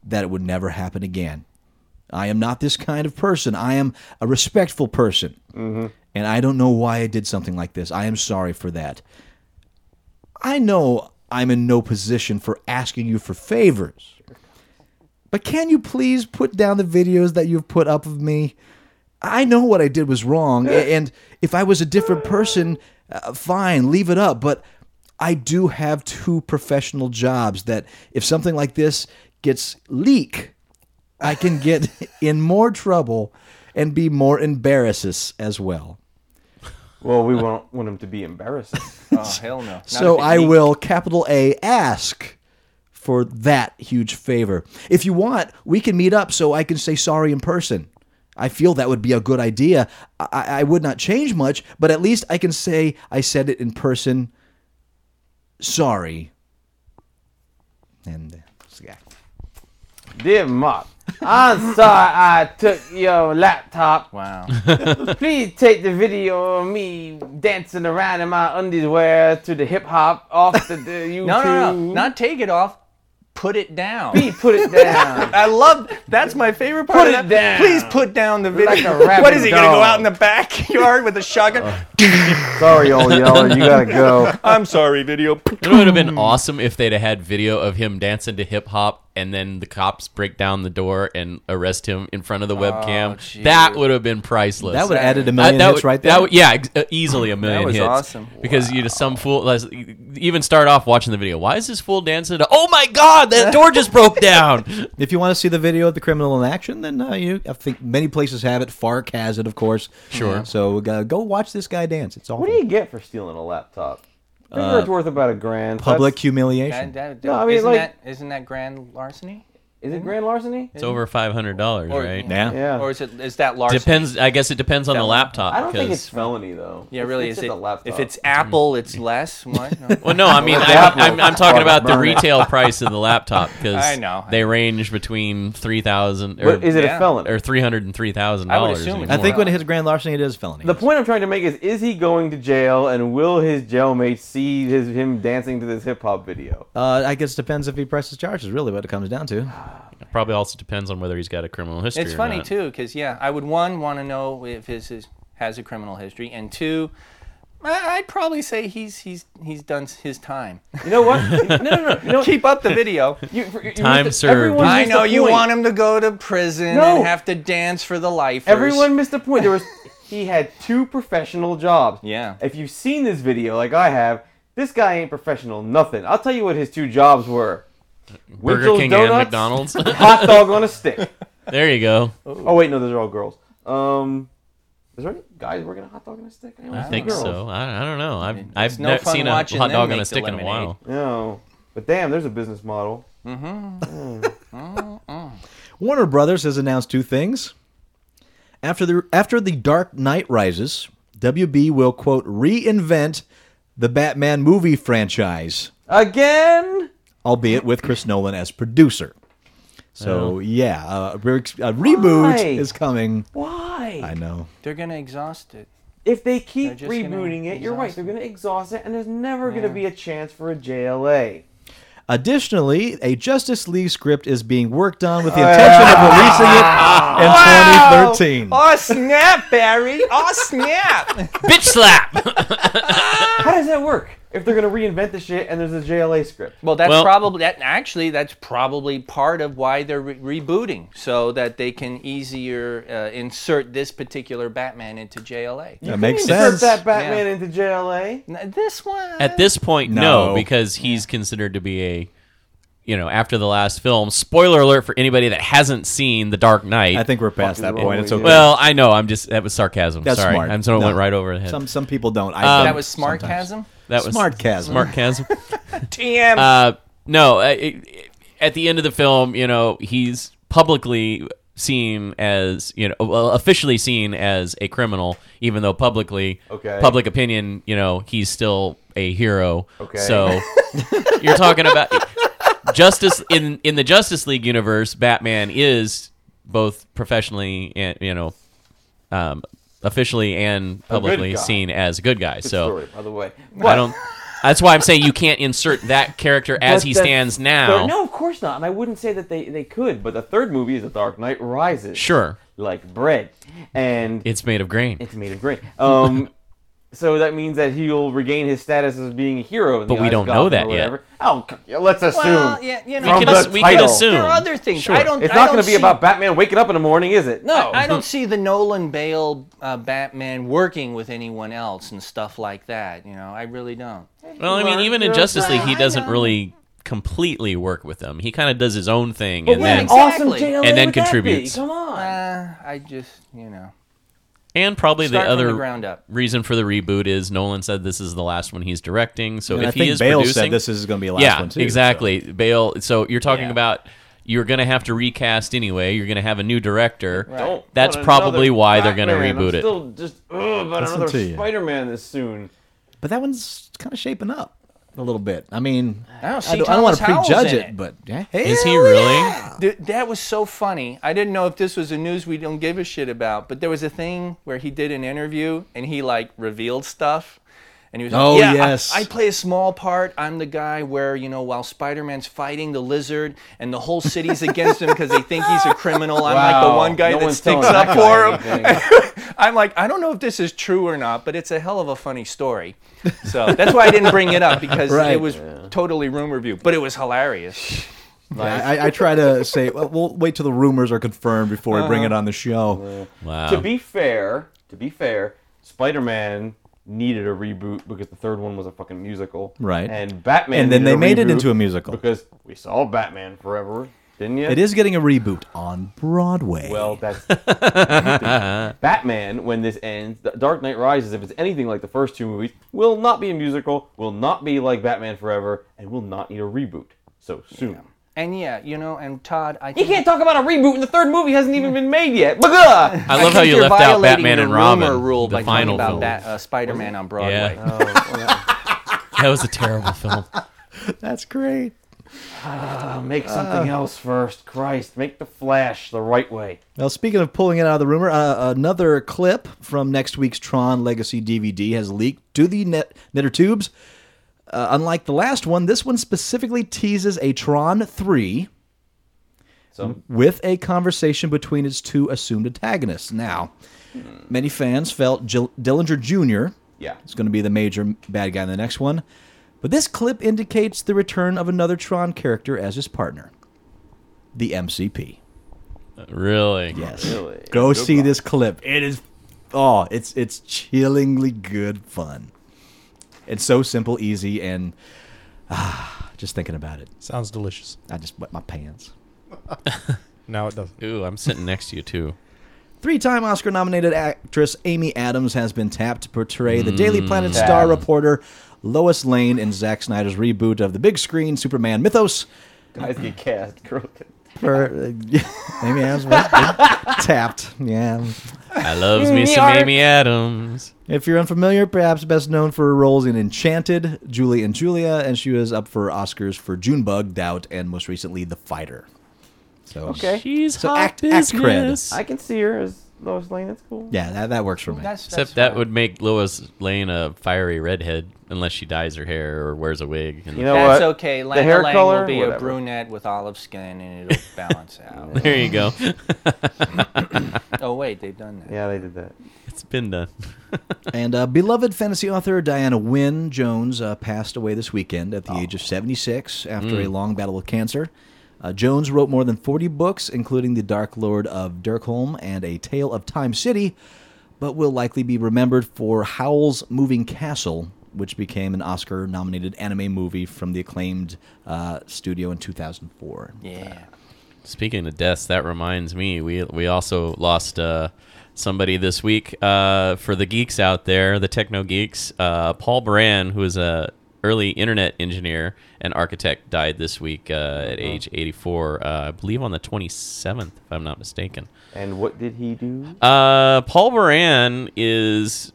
that it would never happen again. I am not this kind of person. I am a respectful person. And I don't know why I did something like this. I am sorry for that. I know I'm in no position for asking you for favors. But can you please put down the videos that you've put up of me? I know what I did was wrong, a- and if I was a different person, uh, fine, leave it up. But I do have two professional jobs that if something like this gets leak, I can get in more trouble and be more embarrassed as well. Well, we won't want him to be embarrassed. Oh hell no. Not So if it I leaks. will capital A ask for that huge favor. If you want, we can meet up so I can say sorry in person. I feel that would be a good idea. I, I I would not change much, but at least I can say I said it in person. Sorry. And uh, so, yeah. Dear Mop, I'm sorry I took your laptop. Wow. Please take the video of me dancing around in my underwear to the hip hop off the, the YouTube. No, no, no. Not take it off. Put it down. Please put it down. I love. That's my favorite part. Put of it down. that. Please put down the video. Like a rabid what is he gonna go dog. out in the backyard with a shotgun? sorry, old yeller, you gotta go. I'm sorry, video. It would have Hmm. been awesome if they'd have had video of him dancing to hip hop, and then the cops break down the door and arrest him in front of the Oh, webcam. That would have been priceless. That would have added a Uh, million that hits would- right that there. would- yeah, ex- uh, easily a million was hits. awesome. Because you just some fool. let's- e, Even start off watching the video. Why is this fool dancing? To, oh my god, that door just broke down. If you want to see the video of the criminal in action, then uh, you, I think many places have it. FARC has it, of course. Sure. So uh, go watch this guy dance. It's all What do you get for stealing a laptop? Uh, I think it's worth about a grand. so public that's- humiliation. That, that, No, I mean, isn't like- that isn't that grand larceny? Is it grand larceny? It's over five hundred dollars, Or- right? yeah. Yeah. Or is it is that larceny? Depends. I guess it depends on the laptop. I don't think 'cause- it's felony though. Yeah, It's- really. It's is just it a laptop. if it's Apple, it's less? What? No. Well, no, I mean, I, Apple. I'm, I'm talking about the Burn it. retail price of the laptop because I know. they range between three thousand or But is it Yeah. a felon? or three hundred and three thousand I would dollars. assume it's I think when it hits grand larceny, it is felony. The point I'm trying to make is: Is he going to jail, and will his jailmate see his him dancing to this hip hop video? Uh, I guess it depends if he presses charges. Really, what it comes down to. probably also depends on whether he's got a criminal history. It's or funny not. too, because yeah, I would one want to know if his, his has a criminal history, and two, I, I'd probably say he's he's he's done his time. You know what? no, no, no. You know, Keep up the video. you, you- you- Time everyone served. missed I the know you point. want him to go to prison No. and have to dance for the life. Everyone missed the point. There was he had two professional jobs. Yeah. If you've seen this video, like I have, this guy ain't professional. Nothing. I'll tell you what his two jobs were: Burger Winchell's King and McDonald's. hot dog on a stick. there you go. Oh wait, no, those are all girls. Um, is there any guys working a hot dog on a stick? I think so. I, I don't know. I've I've no never fun seen a hot watching them dog on make the a stick in a lemonade. while. No, but damn, there's a business model. Warner Brothers has announced two things. After the after the Dark Knight Rises, WB will quote reinvent the Batman movie franchise, Again? albeit with Chris Nolan as producer. So yeah, uh, re- a reboot Why? is coming. Why? I know. they're gonna exhaust it. If they keep just gonna rebooting it, you're right. exhaust They're going to exhaust it, and there's never going to be a chance for a JLA. Additionally, a Justice League script is being worked on with the intention of releasing it in 2013. Oh snap, Barry! Oh snap! Bitch slap. How does that work? If they're going to reinvent the shit and there's a JLA script. well, that's Well- probably that. Actually, that's probably part of why they're re- rebooting, so that they can easier uh, insert this particular Batman into JLA. That makes You insert sense. that Batman Yeah. into JLA. N- This one At this point, no, No. because he's considered to be a, you know, after the last film. Spoiler alert for anybody that hasn't seen The Dark Knight. I think we're past that Fucking point. It's wrong okay. we do. Well, I know. I'm just that was sarcasm. That's Sorry, smart. I'm so it No. went right over the head. some some people don't. I that don't was smart sometimes. chasm. Um, that was Smartcasm. Smartcasm. TM. uh, no, uh, it, it- at the end of the film, you know, he's publicly seen as you know, well, officially seen as a criminal, even though publicly, Okay. public opinion, you know, he's still a hero. Okay. So you're talking about justice in in the Justice League universe. Batman is both professionally and you know. Um, officially and publicly guy. seen as a good guy. so story, by the way. I don't. That's why I'm saying you can't insert that character as But he the stands now. third- no, of course not. And I wouldn't say that they, they could, but the third movie is The Dark Knight Rises. Sure, Like bread. And it's made of grain, it's made of grain. Um, so that means that he'll regain his status as being a hero. In the But we eyes of don't Gotham know that or yet. whatever. Oh, c- yeah, let's assume. Well, yeah, you know, From We can the ass- we can title. assume. there are other things. Sure. I don't. it's I not don't going to be see- about Batman waking up in the morning, is it? No. I don't see the Nolan Bale uh, Batman working with anyone else and stuff like that. You know, I really don't. Well, I mean, even in Justice League, he um, doesn't really completely work with them. He kind of does his own thing, and yeah, then exactly. Awesome JLA would And then that be? contributes. Come on. Uh, I just, you know, and probably the start other from the ground up. reason for the reboot is Nolan said this is the last one he's directing. So And if I he think is Bale producing, said this is going to be the last yeah, one too. exactly. Bale. So you're talking Yeah. about you're going to have to recast anyway. You're going to have a new director. Don't want That's another probably why they're going to Batman. reboot I'm it. Still just ugh, about Listen another to you. Spider-Man this soon. so- But that one's kind of shaping up a little bit. I mean, I don't see I don't, Thomas want to Howell's prejudge in it, but yeah, Is he hell really? Dude, that was so funny. I didn't know if this was a news we don't give a shit about, but there was a thing where he did an interview and he like revealed stuff. And he was Oh, like, yeah, I- yes. I, play a small part. I'm the guy where, you know, while Spider Man's fighting the lizard and the whole city's against him because they think he's a criminal, I'm like the one guy no that one's sticks telling that up for guy him. anything. I'm like, I don't know if this is true or not, but it's a hell of a funny story. So that's why I didn't bring it up because Right. it was totally rumor view, but it was hilarious. I, I- I try to say, well, we'll wait till the rumors are confirmed before we bring it on the show. Wow. to be fair, to be fair, Spider-Man needed a reboot because the third one was a fucking musical. Right. And Batman And then needed they made it reboot into a musical. because we saw Batman Forever, didn't you? It is getting a reboot on Broadway. Well, that's Batman. When this ends, The Dark Knight Rises, if it's anything like the first two movies, will not be a musical, will not be like Batman Forever, and will not need a reboot so soon. And yeah, you know, and Todd, I You think can't talk about a reboot when the third movie hasn't even been made yet. Bagah! I love how think Oh, you you're left out violating Batman the and Robin, rumor rule the by final talking film. about Bat, uh, Spider-Man on Broadway. Oh, Yeah. Oh, that was a terrible film. that's great. Make something else first, Christ. Make the Flash the right way. Now, speaking of pulling it out of the rumor, uh, another clip from next week's Tron Legacy DVD has leaked to the net, netter tubes. Uh, unlike the last one, this one specifically teases a Tron 3 So- with a conversation between its two assumed antagonists. Now, many fans felt Jill- Dillinger Jr. Yeah. is going to be the major bad guy in the next one, but this clip indicates the return of another Tron character as his partner, the MCP. Really? Yes. Go see this clip. It is oh, it's it's chillingly good fun. It's so simple, easy, and ah, just thinking about it, Sounds delicious. I just wet my pants. No, it doesn't. Ooh, I'm sitting next to you too. Three-time Oscar-nominated actress Amy Adams has been tapped to portray the Daily Planet star reporter Lois Lane in Zack Snyder's reboot of the big screen Superman mythos. Guys get cast, girl get- For, uh, Amy Adams was tapped. Yeah, I loves me some Amy Adams. If you're unfamiliar, perhaps best known for her roles in Enchanted, Julie and Julia, and she was up for Oscars for Junebug, Doubt, and most recently The Fighter. So Okay. She's So hot act- act cred. business. I can see her as Lois Lane. That's cool. yeah, that, that works for me. That's, that's Except that would make Lois Lane a fiery redhead unless she dyes her hair or wears a wig. And You know That's what? okay. The Lana hair Lang color, will be a whatever. brunette with olive skin, and it'll balance out. there you go. oh wait, they've done that. Yeah, they did that. it's been done. And uh, beloved fantasy author Diana Wynne Jones uh, passed away this weekend at the age of 76 after a long battle with cancer. Uh, Jones wrote more than 40 books, including The Dark Lord of Dirkholm and A Tale of Time City, but will likely be remembered for Howl's Moving Castle, which became an Oscar nominated anime movie from the acclaimed uh, studio in 2004. Yeah. Speaking of deaths, that reminds me we we also lost uh, somebody this week. Uh, for the geeks out there, the techno geeks, uh, Paul Baran, who is a early internet engineer and architect, died this week uh, Uh-huh. at age 84. Uh, I believe on the 27th, if I'm not mistaken. And what did he do? Uh, Paul Moran is.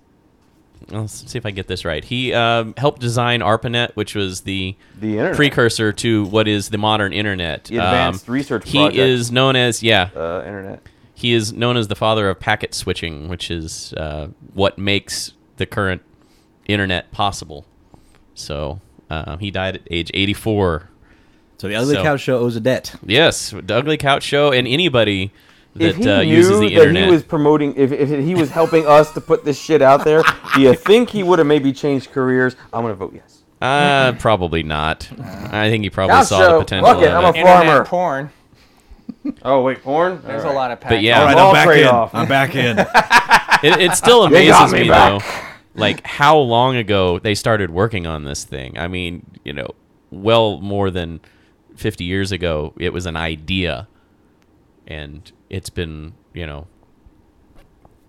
Let's see if I get this right. He um, helped design ARPANET, which was the, The internet. precursor to what is the modern internet. Um, The advanced research He project. is known as yeah. Uh, internet. He is known as the father of packet switching, which is uh, what makes the current internet possible. So uh, he died at age 84. So the Ugly So- Cow Show owes a debt. Yes, the Ugly Couch Show and anybody if that he uh, knew uses the that internet. he was promoting, if, if he was helping us to put this shit out there, do you think he would have maybe changed careers? I'm gonna vote yes. uh, probably not. I think he probably I'll saw show- the potential. fuck it, of I'm a it. Internet Farmer. porn. Oh wait, porn. There's a lot of pack. But yeah, All right, All I'm back in. trade-off. I'm back in. it, it still They got amazes me me, back. though, like how long ago they started working on this thing. I mean, you know, well more than fifty years ago, it was an idea, and it's been you know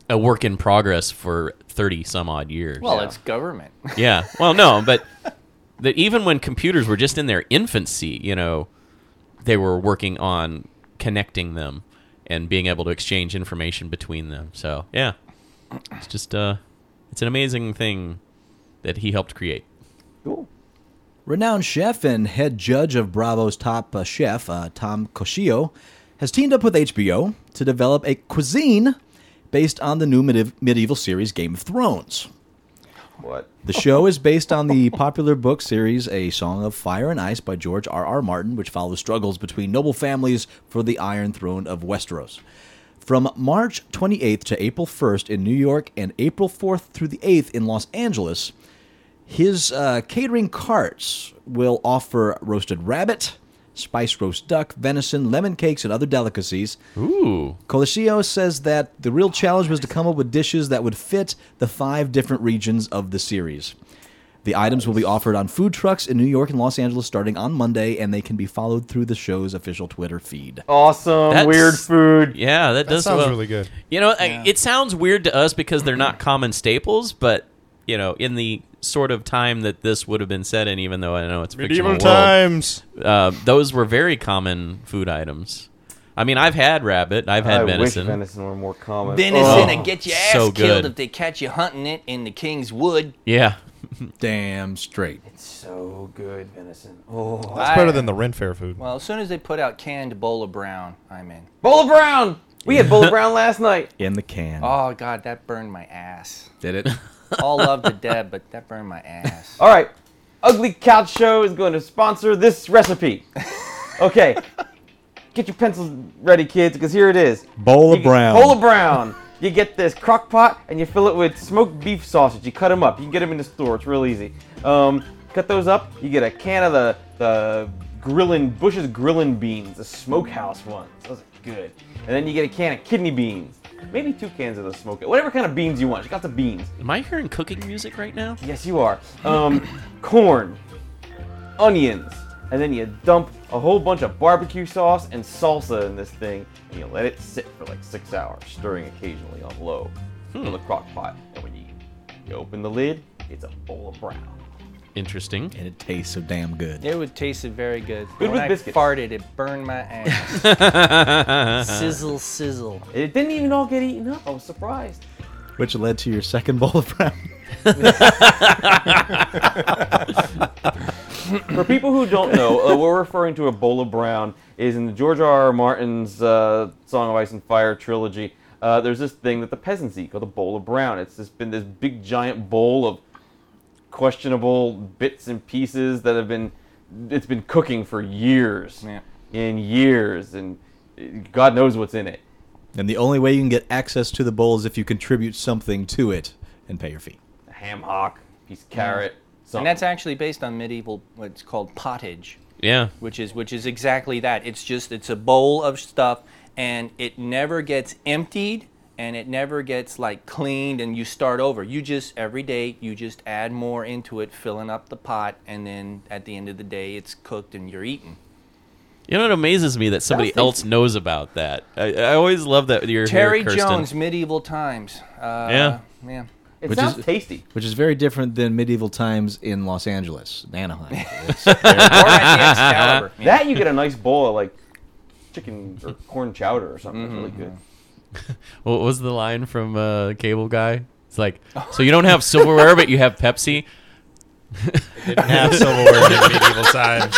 a work in progress for thirty some odd years. Well, it's government. yeah. Well, no, but that even when computers were just in their infancy, you know, they were working on connecting them and being able to exchange information between them. So yeah, it's just uh, it's an amazing thing that he helped create. Cool. Renowned chef and head judge of Bravo's Top uh, Chef, uh, Tom Coscio, has teamed up with HBO to develop a cuisine based on the new mediev- medieval series Game of Thrones. What? The show is based on the popular book series A Song of Fire and Ice by George R. R. Martin, which follows struggles between noble families for the Iron Throne of Westeros. From March 28th to April 1st in New York and April 4th through the 8th in Los Angeles, his uh, catering carts will offer roasted rabbit, spice roast duck, venison, lemon cakes, and other delicacies. Ooh, Coliseo says that the real challenge was to come up with dishes that would fit the five different regions of the series. The items will be offered on food trucks in New York and Los Angeles starting on Monday, and they can be followed through the show's official Twitter feed. Awesome. That's- Weird food. yeah, that, That does sounds well. really good. You know, I- it sounds weird to us because they're not common staples, but you know, in the sort of time that this would have been set in, even though I know it's a fictional Medieval world, times. uh, those were very common food items. I mean, I've had rabbit, I've had I venison. wish venison were more common. Oh, Venison to Ugh. get your ass Oh. so killed good. if they catch you hunting it in the King's Wood. Yeah, Damn straight. So good venison. Oh, That's better than the Ren Fair food. Well, as soon as they put out canned Bola Brown, I'm in. Bola Brown. We had Bola Brown last night. In the can. Oh God, that burned my ass. Did it? All love to Deb, but that burned my ass. All right. Ugly Couch Show is going to sponsor this recipe. Okay. Get your pencils ready, kids, because here it is. Bowl You- Bola Brown. You get this crock pot and you fill it with smoked beef sausage. You cut them up. You can get them in the store. It's real easy. Um, cut those up. You get a can of the the grilling Bush's grilling beans, the smokehouse ones. Those are good. And then you get a can of kidney beans. Maybe two cans of the smoke. Whatever kind of beans you want. You got the beans. am I hearing cooking music right now? Yes, you are. Um, corn, onions, and then you dump a whole bunch of barbecue sauce and salsa in this thing, and you let it sit for like six hours, stirring occasionally on low hmm, in the crock pot. And when you, you open the lid, it's a bowl of brown. Interesting. And it tastes so damn good. It would tasted very good. Good when with I biscuits. farted, it burned my ass. sizzle, sizzle. It didn't even all get eaten up. I was surprised. Which led to your second bowl of brown. For people who don't know, uh, we're referring to Ebola Brown is in the George R. R. Martin's uh, Song of Ice and Fire trilogy. Uh, there's this thing that the peasants eat called Ebola Brown. It's just been this big giant bowl of questionable bits and pieces that have been it's been cooking for years Yeah. and years and uh, God knows what's in it. And the only way you can get access to the bowl is if you contribute something to it and pay your fee. A ham hock, piece of carrot, something. And that's actually based on medieval what's called pottage, Yeah. which is which is exactly that. It's just it's a bowl of stuff and it never gets emptied and it never gets like cleaned and you start over. You just every day you just add more into it, filling up the pot and then at the end of the day it's cooked and you're eating. You know, it amazes me that somebody else knows about that. I, I always love that you're Terry here, Kirsten. Jones, medieval times. Uh, Yeah. man. it Which sounds is- tasty. Which is very different than medieval times in Los Angeles, Anaheim. Or at the Excalibur. Yeah. That you get a nice bowl of like chicken or corn chowder or something. Mm-hmm. It's really good. What was the line from uh, Cable Guy? It's like, so you don't have silverware, but you have Pepsi. Didn't have silverware in medieval times,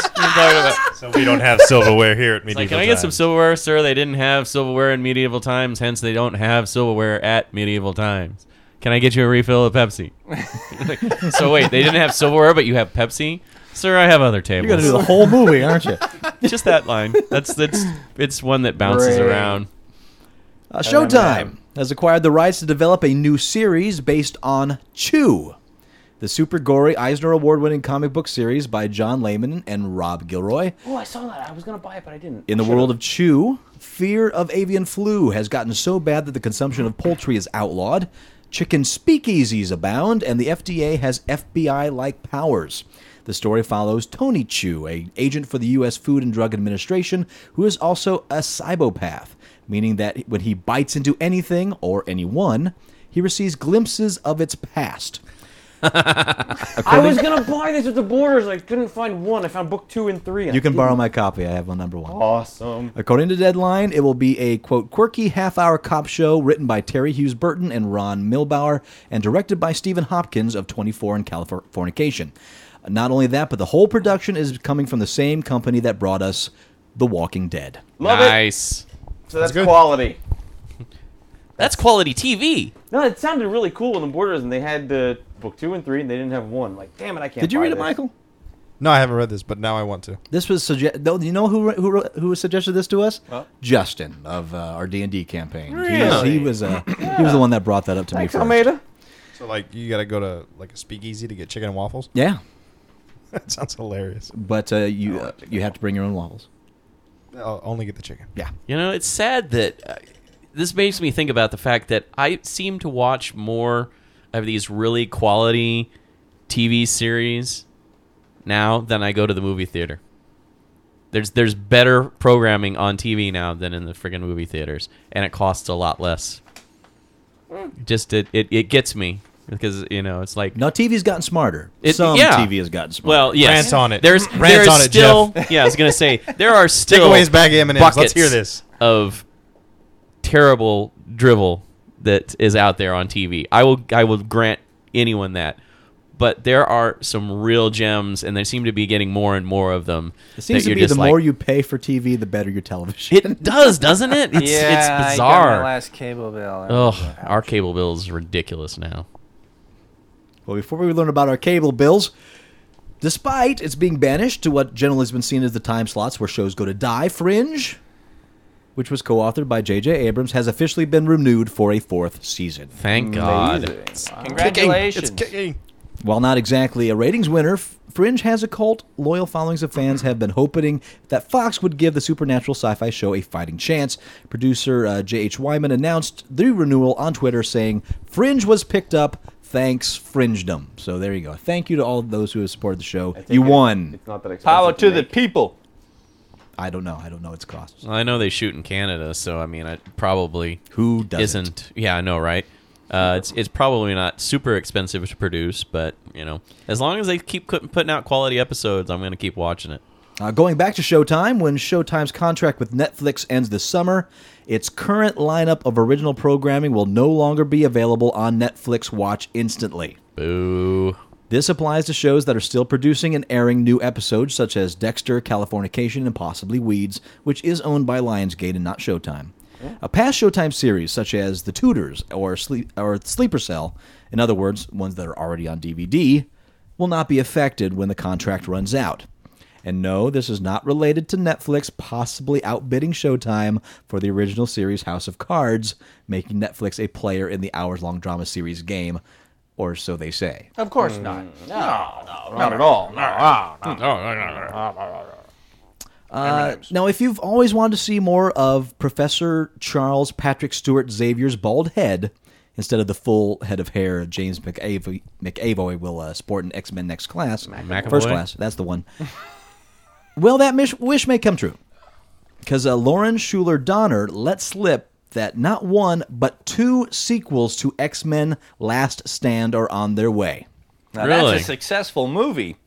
so we don't have silverware here at medieval. Like, can I get some times. silverware, sir? They didn't have silverware in medieval times, hence they don't have silverware at medieval times. Can I get you a refill of Pepsi? Like, so wait, they didn't have silverware, but you have Pepsi, sir. I have other You're gonna tables. do the whole movie, aren't you? Uh, Just that line. That's that's it's one that bounces Great. around. Uh, Showtime has acquired the rights to develop a new series based on Chew, the super gory Eisner Award winning comic book series by John Layman and Rob Gilroy. Oh, I saw that. I was gonna buy it, but I didn't. In the world of Chew, fear of avian flu has gotten so bad that the consumption of poultry is outlawed, chicken speakeasies abound, and the FDA has FBI like powers. The story follows Tony Chew, a agent for the U.S. Food and Drug Administration, who is also a cybopath, meaning that when he bites into anything or anyone, he receives glimpses of its past. I was gonna buy this at the Borders. I couldn't find one. I found book two and three. You can borrow my copy. I have one number one. Oh, Awesome. According to Deadline, it will be a quote quirky half-hour cop show written by Terry Hughes Burton and Ron Milbauer and directed by Stephen Hopkins of 24 and Californication. Not only that, but the whole production is coming from the same company that brought us The Walking Dead. Love it. nice. So that's quality. That's quality TV. No, it sounded really cool in the borders, and they had uh, book two and three, and they didn't have one. Like, damn it, I can't. Did you buy read it, this. Michael? No, I haven't read this, but now I want to. This was suggest. No, you know who who who suggested this to us? Justin of uh, our D and D campaign. He was he was, uh, he was the one that brought that up to me first. Tomato. So like, you got to go to like a speakeasy to get chicken and waffles. Yeah, that sounds hilarious. but uh, you uh, you have to bring your own waffles. I'll only get the chicken. Yeah. You know, it's sad that uh, this makes me think about the fact that I seem to watch more of these really quality TV series now than I go to the movie theater. There's there's better programming on TV now than in the friggin' movie theaters, and it costs a lot less. Just it it, it gets me because you know it's like Now TV's gotten smarter. It- Some yeah. TV has gotten smarter. well yes Rant on it. there's Rant there's on it, still yeah I was gonna say there are still Takeaways, bag of M&Ms. Let's buckets hear this. of terrible drivel that is out there on TV. I will I will grant anyone that. But there are some real gems and they seem to be getting more and more of them. it seems that to you're be just the like- more you pay for TV, the better your television. It does, doesn't it? It's yeah, I it's got my bizarre. last cable bill. Oh, our cable bill is ridiculous now. well, before we learn about our cable bills, despite its being banished to what generally has been seen as the time slots where shows go to die, Fringe, which was co-authored by J.J. Abrams, has officially been renewed for a fourth season. Thank God. Congratulations. It's kicking. While not exactly a ratings winner, F- Fringe has a cult. Loyal followings of fans have been hoping that Fox would give the supernatural sci fi show a fighting chance. Producer uh, J.H. Wyman announced the renewal on Twitter, saying, Fringe was picked up. Thanks, Fringedom. So there you go. Thank you to all those who have supported the show. You it- won. It's not that expensive. Power to the make. people. I don't know. I don't know its costs. I know they shoot in Canada, so I mean, it probably Who doesn't? isn't. Yeah, I know, right? Uh, it's it's probably not super expensive to produce, but you know, as long as they keep cu- putting out quality episodes, I'm gonna keep watching it. Uh, going back to Showtime, when Showtime's contract with Netflix ends this summer, its current lineup of original programming will no longer be available on Netflix Watch instantly. Boo! This applies to shows that are still producing and airing new episodes, such as Dexter, Californication, and possibly Weeds, which is owned by Lionsgate and not Showtime. A past Showtime series, such as The Tudors or, Sleep, or Sleeper Cell, in other words, ones that are already on DVD, will not be affected when the contract runs out. And no, this is not related to Netflix possibly outbidding Showtime for the original series House of Cards, making Netflix a player in the hours long drama series game, or so they say. Of course not. Not at all. No. Uh, now, if you've always wanted to see more of Professor Charles Patrick Stewart Xavier's bald head instead of the full head of hair James McAvoy, McAvoy will uh, sport in X Men Next Class, McAvoy. first class, that's the one. well, that mish- wish may come true because uh, Lauren Schuler Donner let slip that not one but two sequels to X Men Last Stand are on their way. Now, Really? That's a successful movie.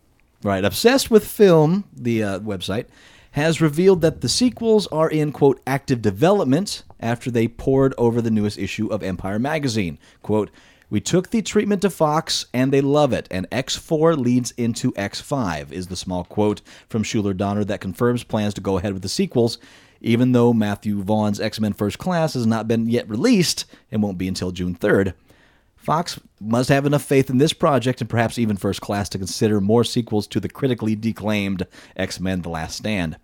Right. Obsessed with Film, the uh, website, has revealed that the sequels are in, quote, active development after they poured over the newest issue of Empire Magazine. Quote, We took the treatment to Fox, and they love it. And X4 leads into X5, is the small quote from Schuler Donner that confirms plans to go ahead with the sequels, even though Matthew Vaughn's X Men First Class has not been yet released and won't be until June 3rd. Fox must have enough faith in this project and perhaps even First Class to consider more sequels to the critically declaimed X Men The Last Stand.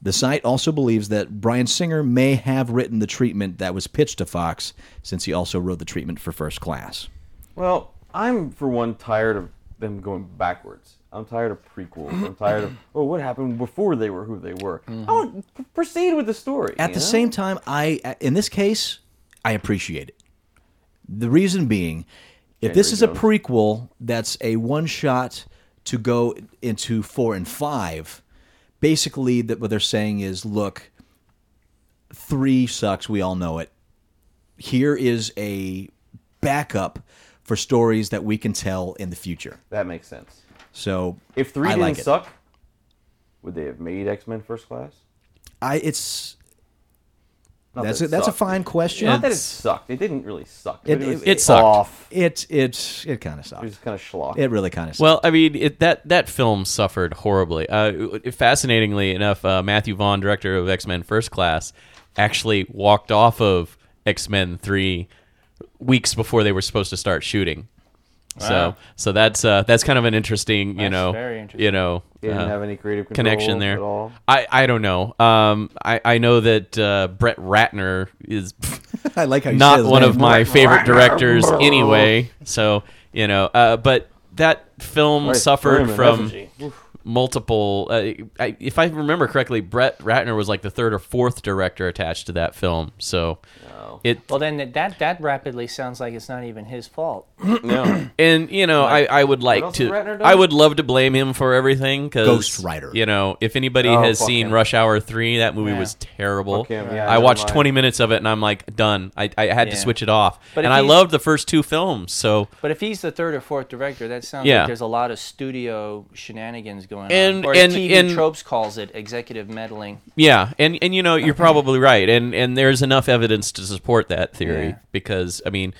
The site also believes that Brian Singer may have written the treatment that was pitched to Fox, since he also wrote the treatment for First Class. Well, I'm for one tired of them going backwards. I'm tired of prequels. I'm tired of oh, what happened before they were who they were. I want to proceed with the story. At the same time, I in this case, I appreciate it. The reason being, if this is a Jones. prequel that's a one shot to go into four and five, basically that what they're saying is, look, three sucks, we all know it. Here is a backup for stories that we can tell in the future. that makes sense. So If three I didn't like it. suck, would they have made X Men First Class? I it's Not that's that a, it that's a sucked. fine question. Not that it It's- sucked. It didn't really suck. It- but it, was it- it sucked. off. It it it It kind of was sucks. just kind of schlock. It really kind of sucks. Well, I mean, it, that that film suffered horribly. Uh, it- fascinatingly enough, uh, Matthew Vaughn, director of X Men First Class, actually walked off of X Men Three weeks before they were supposed to start shooting. So, so that's uh, that's kind of an interesting, you That's know, very interesting. you know, They didn't uh, have any creative control connection there at all. I, I don't know. Um, I, I know that uh, Brett Ratner is I like how you said not his one name. of my favorite directors anyway. So you know, uh, but that film Right, suffered Berman, from isn't she? multiple. Uh, I, if I remember correctly, Brett Ratner was like the third or fourth director attached to that film. So Oh. it Well, then that- that that rapidly sounds like it's not even his fault. No. and you know I, I would like else to has Ratner done? I would love to blame him for everything because Ghost Rider. You know, if anybody Oh, has fuck seen him. Rush Hour three, that movie Yeah. was terrible. Fuck him, yeah, I never watched mind. twenty minutes of it and I'm like done. I, I had to Yeah. switch it off. But and if I he's- loved the first two films, so But if he's the third or fourth director, that sounds Yeah. like there's a lot of studio shenanigans going on. And- Or and- as TV and- Tropes calls it executive meddling. Yeah, and and you know you're probably right, and and there's enough evidence to support that theory Yeah. because I mean,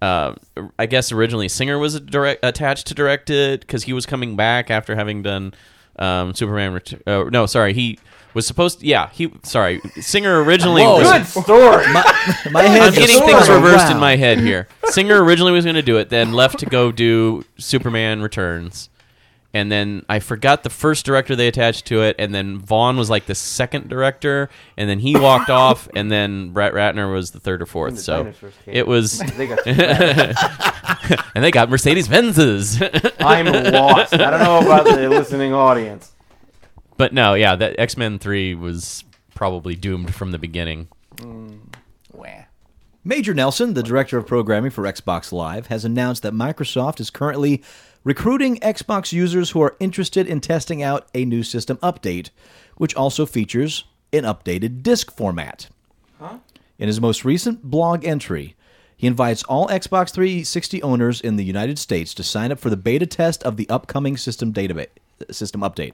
uh, I guess originally Singer was direct attached to direct it because he was coming back after having done um, Superman. Ret- uh, no, sorry, he was supposed. yeah, he sorry Singer originally. was, Good story. my head I'm just getting things spun. reversed in Wow. my head here. Singer originally was going to do it, then left to go do Superman Returns. And then I forgot the first director they attached to it, and then Vaughn was like the second director, and then he walked off, and then Brett Ratner was the third or fourth. So dinosaurs came. it was, They got you back. and they got Mercedes Benzes. I'm lost. I don't know about the listening audience. but no, yeah, that X Men Three was probably doomed from the beginning. Wah. Major Nelson, the director of programming for Xbox Live, has announced that Microsoft is currently recruiting Xbox users who are interested in testing out a new system update, which also features an updated disc format. In his most recent blog entry, he invites all Xbox 360 owners in the United States to sign up for the beta test of the upcoming system database system update.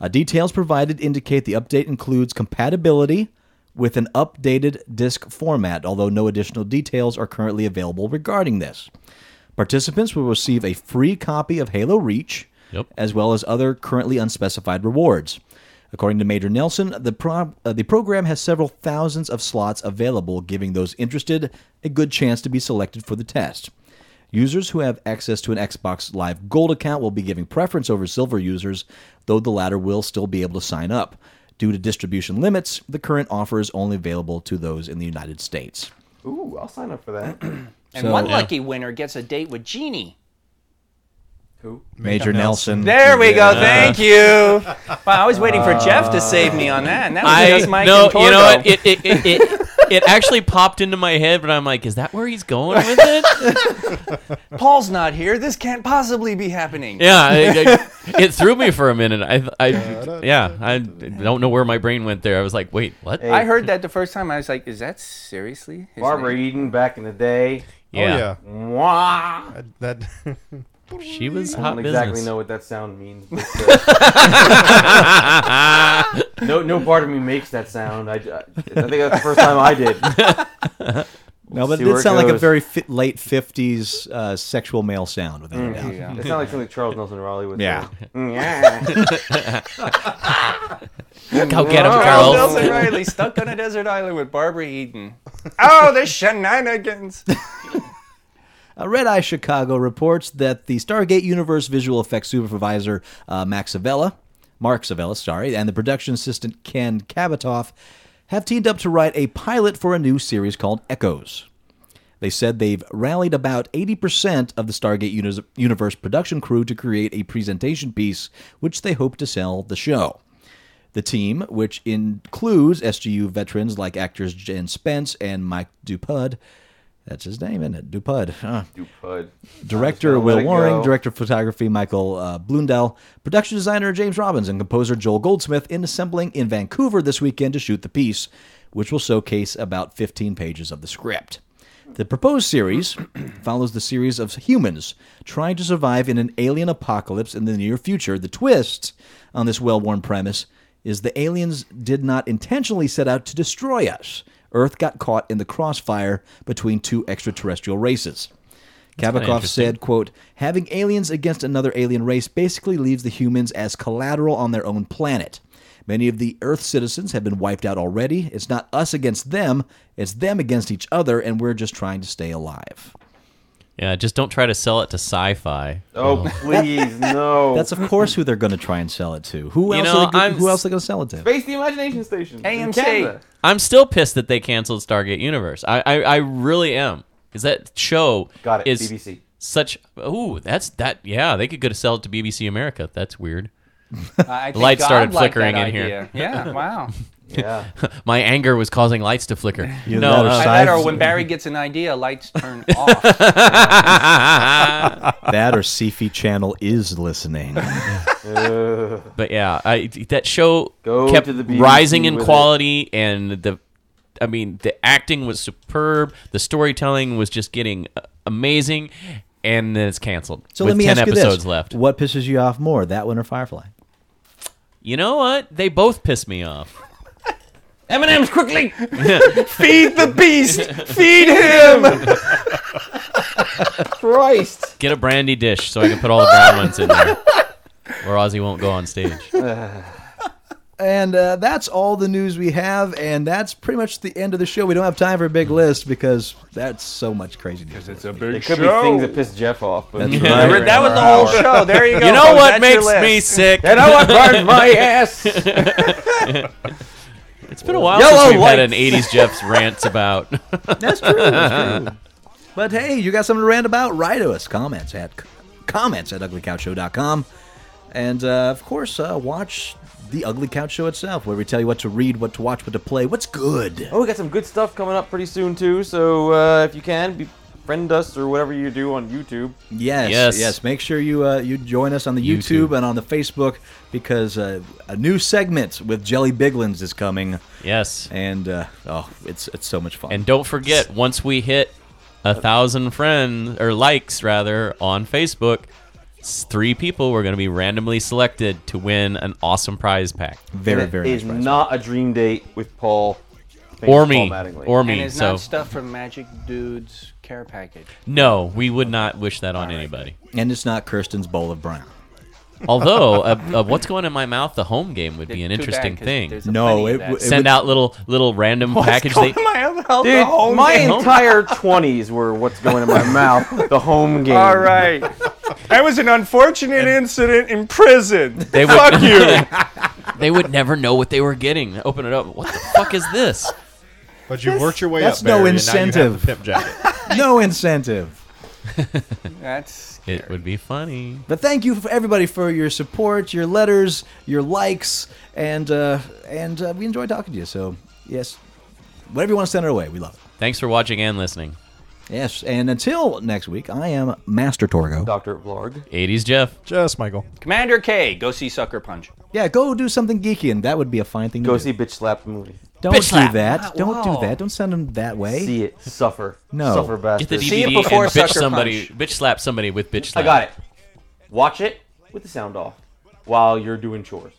Uh, details provided indicate the update includes compatibility with an updated disk format, although no additional details are currently available regarding this. Participants will receive a free copy of Halo Reach, Yep. as well as other currently unspecified rewards. According to Major Nelson, the, pro- uh, the program has several thousands of slots available, giving those interested a good chance to be selected for the test. Users who have access to an Xbox Live Gold account will be given preference over silver users, though the latter will still be able to sign up. Due to distribution limits, the current offer is only available to those in the United States. Ooh, I'll sign up for that. And one lucky winner gets a date with Genie. Who? Major Nelson. There we go. Thank you. Wow, I was waiting for Jeff to save me on that, and that was just Mike no, and Torgo. you know what? It it, it, it it actually popped into my head, but I'm like, is that where he's going with it? Paul's not here. This can't possibly be happening. yeah, it, it- it threw me for a minute. I I yeah, I don't know where my brain went there. I was like, wait, what? I heard that the first time. I was like, "Is that seriously?" his Barbara name? Eden back in the day. yeah, Oh, Mwah. yeah. That, that she was oh, I hot don't exactly business. know what that sound means. But, uh, no, no part of me makes that sound. I, I think that's the first time I did. No, but see it did where it sound like a goes. very fi- late '50s uh, sexual male sound, without a Oh, doubt. It sounded like something Charles Nelson Raleigh would Yeah. say. Yeah. Go get him, Charles Charles. Nelson Riley stuck on a desert island with Barbara Eden. Oh, the shenanigans. Uh, Red Eye Chicago reports that the Stargate Universe visual effects supervisor uh, Max Avella, Mark Avella, sorry, and the production assistant Ken Kabatoff have teamed up to write a pilot for a new series called Echoes. They said they've rallied about 80% of the Stargate Unis- Universe production crew to create a presentation piece, which they hope to sell the show. The team, which includes SGU veterans like actors Jen Spence and Mike Dupud, that's his name, isn't it? Dupud. huh. You pud. Director Just let Will it Waring, go. director of photography Michael uh, Blundell, production designer James Robbins, and composer Joel Goldsmith in assembling in Vancouver this weekend to shoot the piece, which will showcase about 15 pages of the script. The proposed series follows the series of humans trying to survive in an alien apocalypse in the near future. The twist on this well worn premise is the aliens did not intentionally set out to destroy us. Earth got caught in the crossfire between two extraterrestrial races. Kabakov said, quote, having aliens against another alien race basically leaves the humans as collateral on their own planet. Many of the Earth citizens have been wiped out already. It's not us against them, it's them against each other, and we're just trying to stay alive. Yeah, just don't try to sell it to sci-fi. Oh, please, no. That's, of course, who they're going to try and sell it to. Who You else, know, are they, go- I'm who s- else are they going to sell it to? Face the Imagination Station. in AMC. Canada. I'm still pissed that they canceled Stargate Universe. I I, I really am. Because that show Got it, is BBC. such ooh, that's that yeah, they could go to sell it to BBC America. That's weird. I think lights God started liked flickering that in here. idea. Yeah, wow. Yeah. My anger was causing lights to flicker. no, that or uh, sci- I bet or Size- when Barry gets an idea, lights turn off. that or Sifi Channel is listening. but yeah, I that show Go kept to the BBC rising in with it. quality, and the, I mean, the acting was superb. The storytelling was just getting uh, amazing, and then it's canceled. So with let me ten ask you episodes this. left. What pisses you off more, that one or Firefly? You know what? They both piss me off. M&M's quickly! Feed the beast! Feed him! Christ. Get a brandy dish so I can put all the brown ones in there, or Ozzy won't go on stage. And uh, that's all the news we have, and that's pretty much the end of the show. We don't have time for a big list because that's so much crazy news. It's a big It could show. be things that piss Jeff off. But That's Yeah. right. that was the whole show. There you go. You know folks. what That's your makes me list. sick? You know what burned my ass? It's been a while Yellow since we've had an lights. '80s Jeff's rants about. That's true. That's true. but hey, you got something to rant about? Write to us. Comments at comments at uglycouchshow.com. And uh, of course, uh, watch the Ugly Couch Show itself, where we tell you what to read, what to watch, what to play, what's good. Oh, we got some good stuff coming up pretty soon too. So uh, if you can, be friend us or whatever you do on YouTube. Yes, yes, Yes. Make sure you uh, you join us on the YouTube, YouTube. and on the Facebook because uh, a new segment with Jelly Biglins is coming, Yes. and uh, oh, it's it's so much fun. And don't forget, once we hit a thousand friends or likes rather on Facebook, s- three people were going to be randomly selected to win an awesome prize pack, very And it very nice is prize. not a dream date with Paul. Thank or you, me, Paul Mattingly. or And me. it's So not stuff from Magic Dude's care package. no, we would not wish that on anybody. and it's not Kirsten's bowl of brown. Although, uh, uh, what's going in my mouth? The home game would be an Too bad, interesting 'cause thing. there's a No, plenty it of that. w- it Send out little little random package. They, Dude, my game. entire twenties were what's going in my mouth. The home game. All right. that was an unfortunate incident in prison. they would, Fuck you. they would never know what they were getting. Open it up. What the fuck is this? But you worked your way that's up. Barry, no and now you have the incentive. pimp jacket. no incentive. That's It would be funny. But thank you for everybody for your support, your letters, your likes, and uh, and uh, we enjoy talking to you. So yes, whatever you want to send our way, we love it. Thanks for watching and listening. Yes, and until next week, I am Master Torgo. Doctor Vlog. 80s Jeff. Just Michael. Commander K. Go see Sucker Punch. Yeah, go do something geeky, and that would be a fine thing Go to see do. Bitch Slap the movie. Don't Bitch do slap. that. Wow, Don't wow. do that. Don't send them that way. See it. Suffer. No. Suffer Get the bastard. See it DVD and before bitch Sucker somebody, Punch. bitch slap somebody with bitch slap. I got it. Watch it with the sound off while you're doing chores.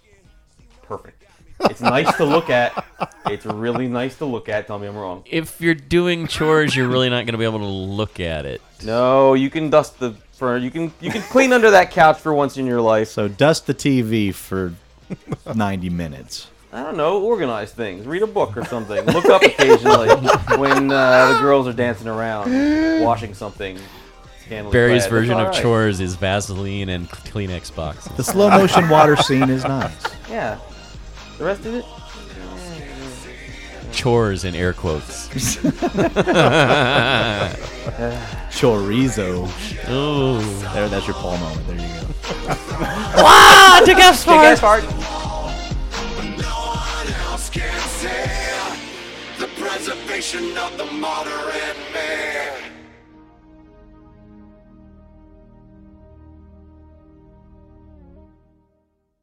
Perfect. It's nice to look at. It's really nice to look at. Tell me I'm wrong. If you're doing chores, you're really not going to be able to look at it. No, you can dust the furniture. You can you can clean under that couch for once in your life. So dust the TV for 90 minutes. I don't know, organize things, read a book or something, look up occasionally when uh, the girls are dancing around, washing something. scantily Barry's clad. That's version all of right. chores is Vaseline and Kleenex boxes. The slow motion water scene is nice. Yeah. The rest of it, chores in air quotes. Chorizo. Ooh. There, that's your Paul moment. There you go. Big-ass fart. one else can see the preservation of the moderate man.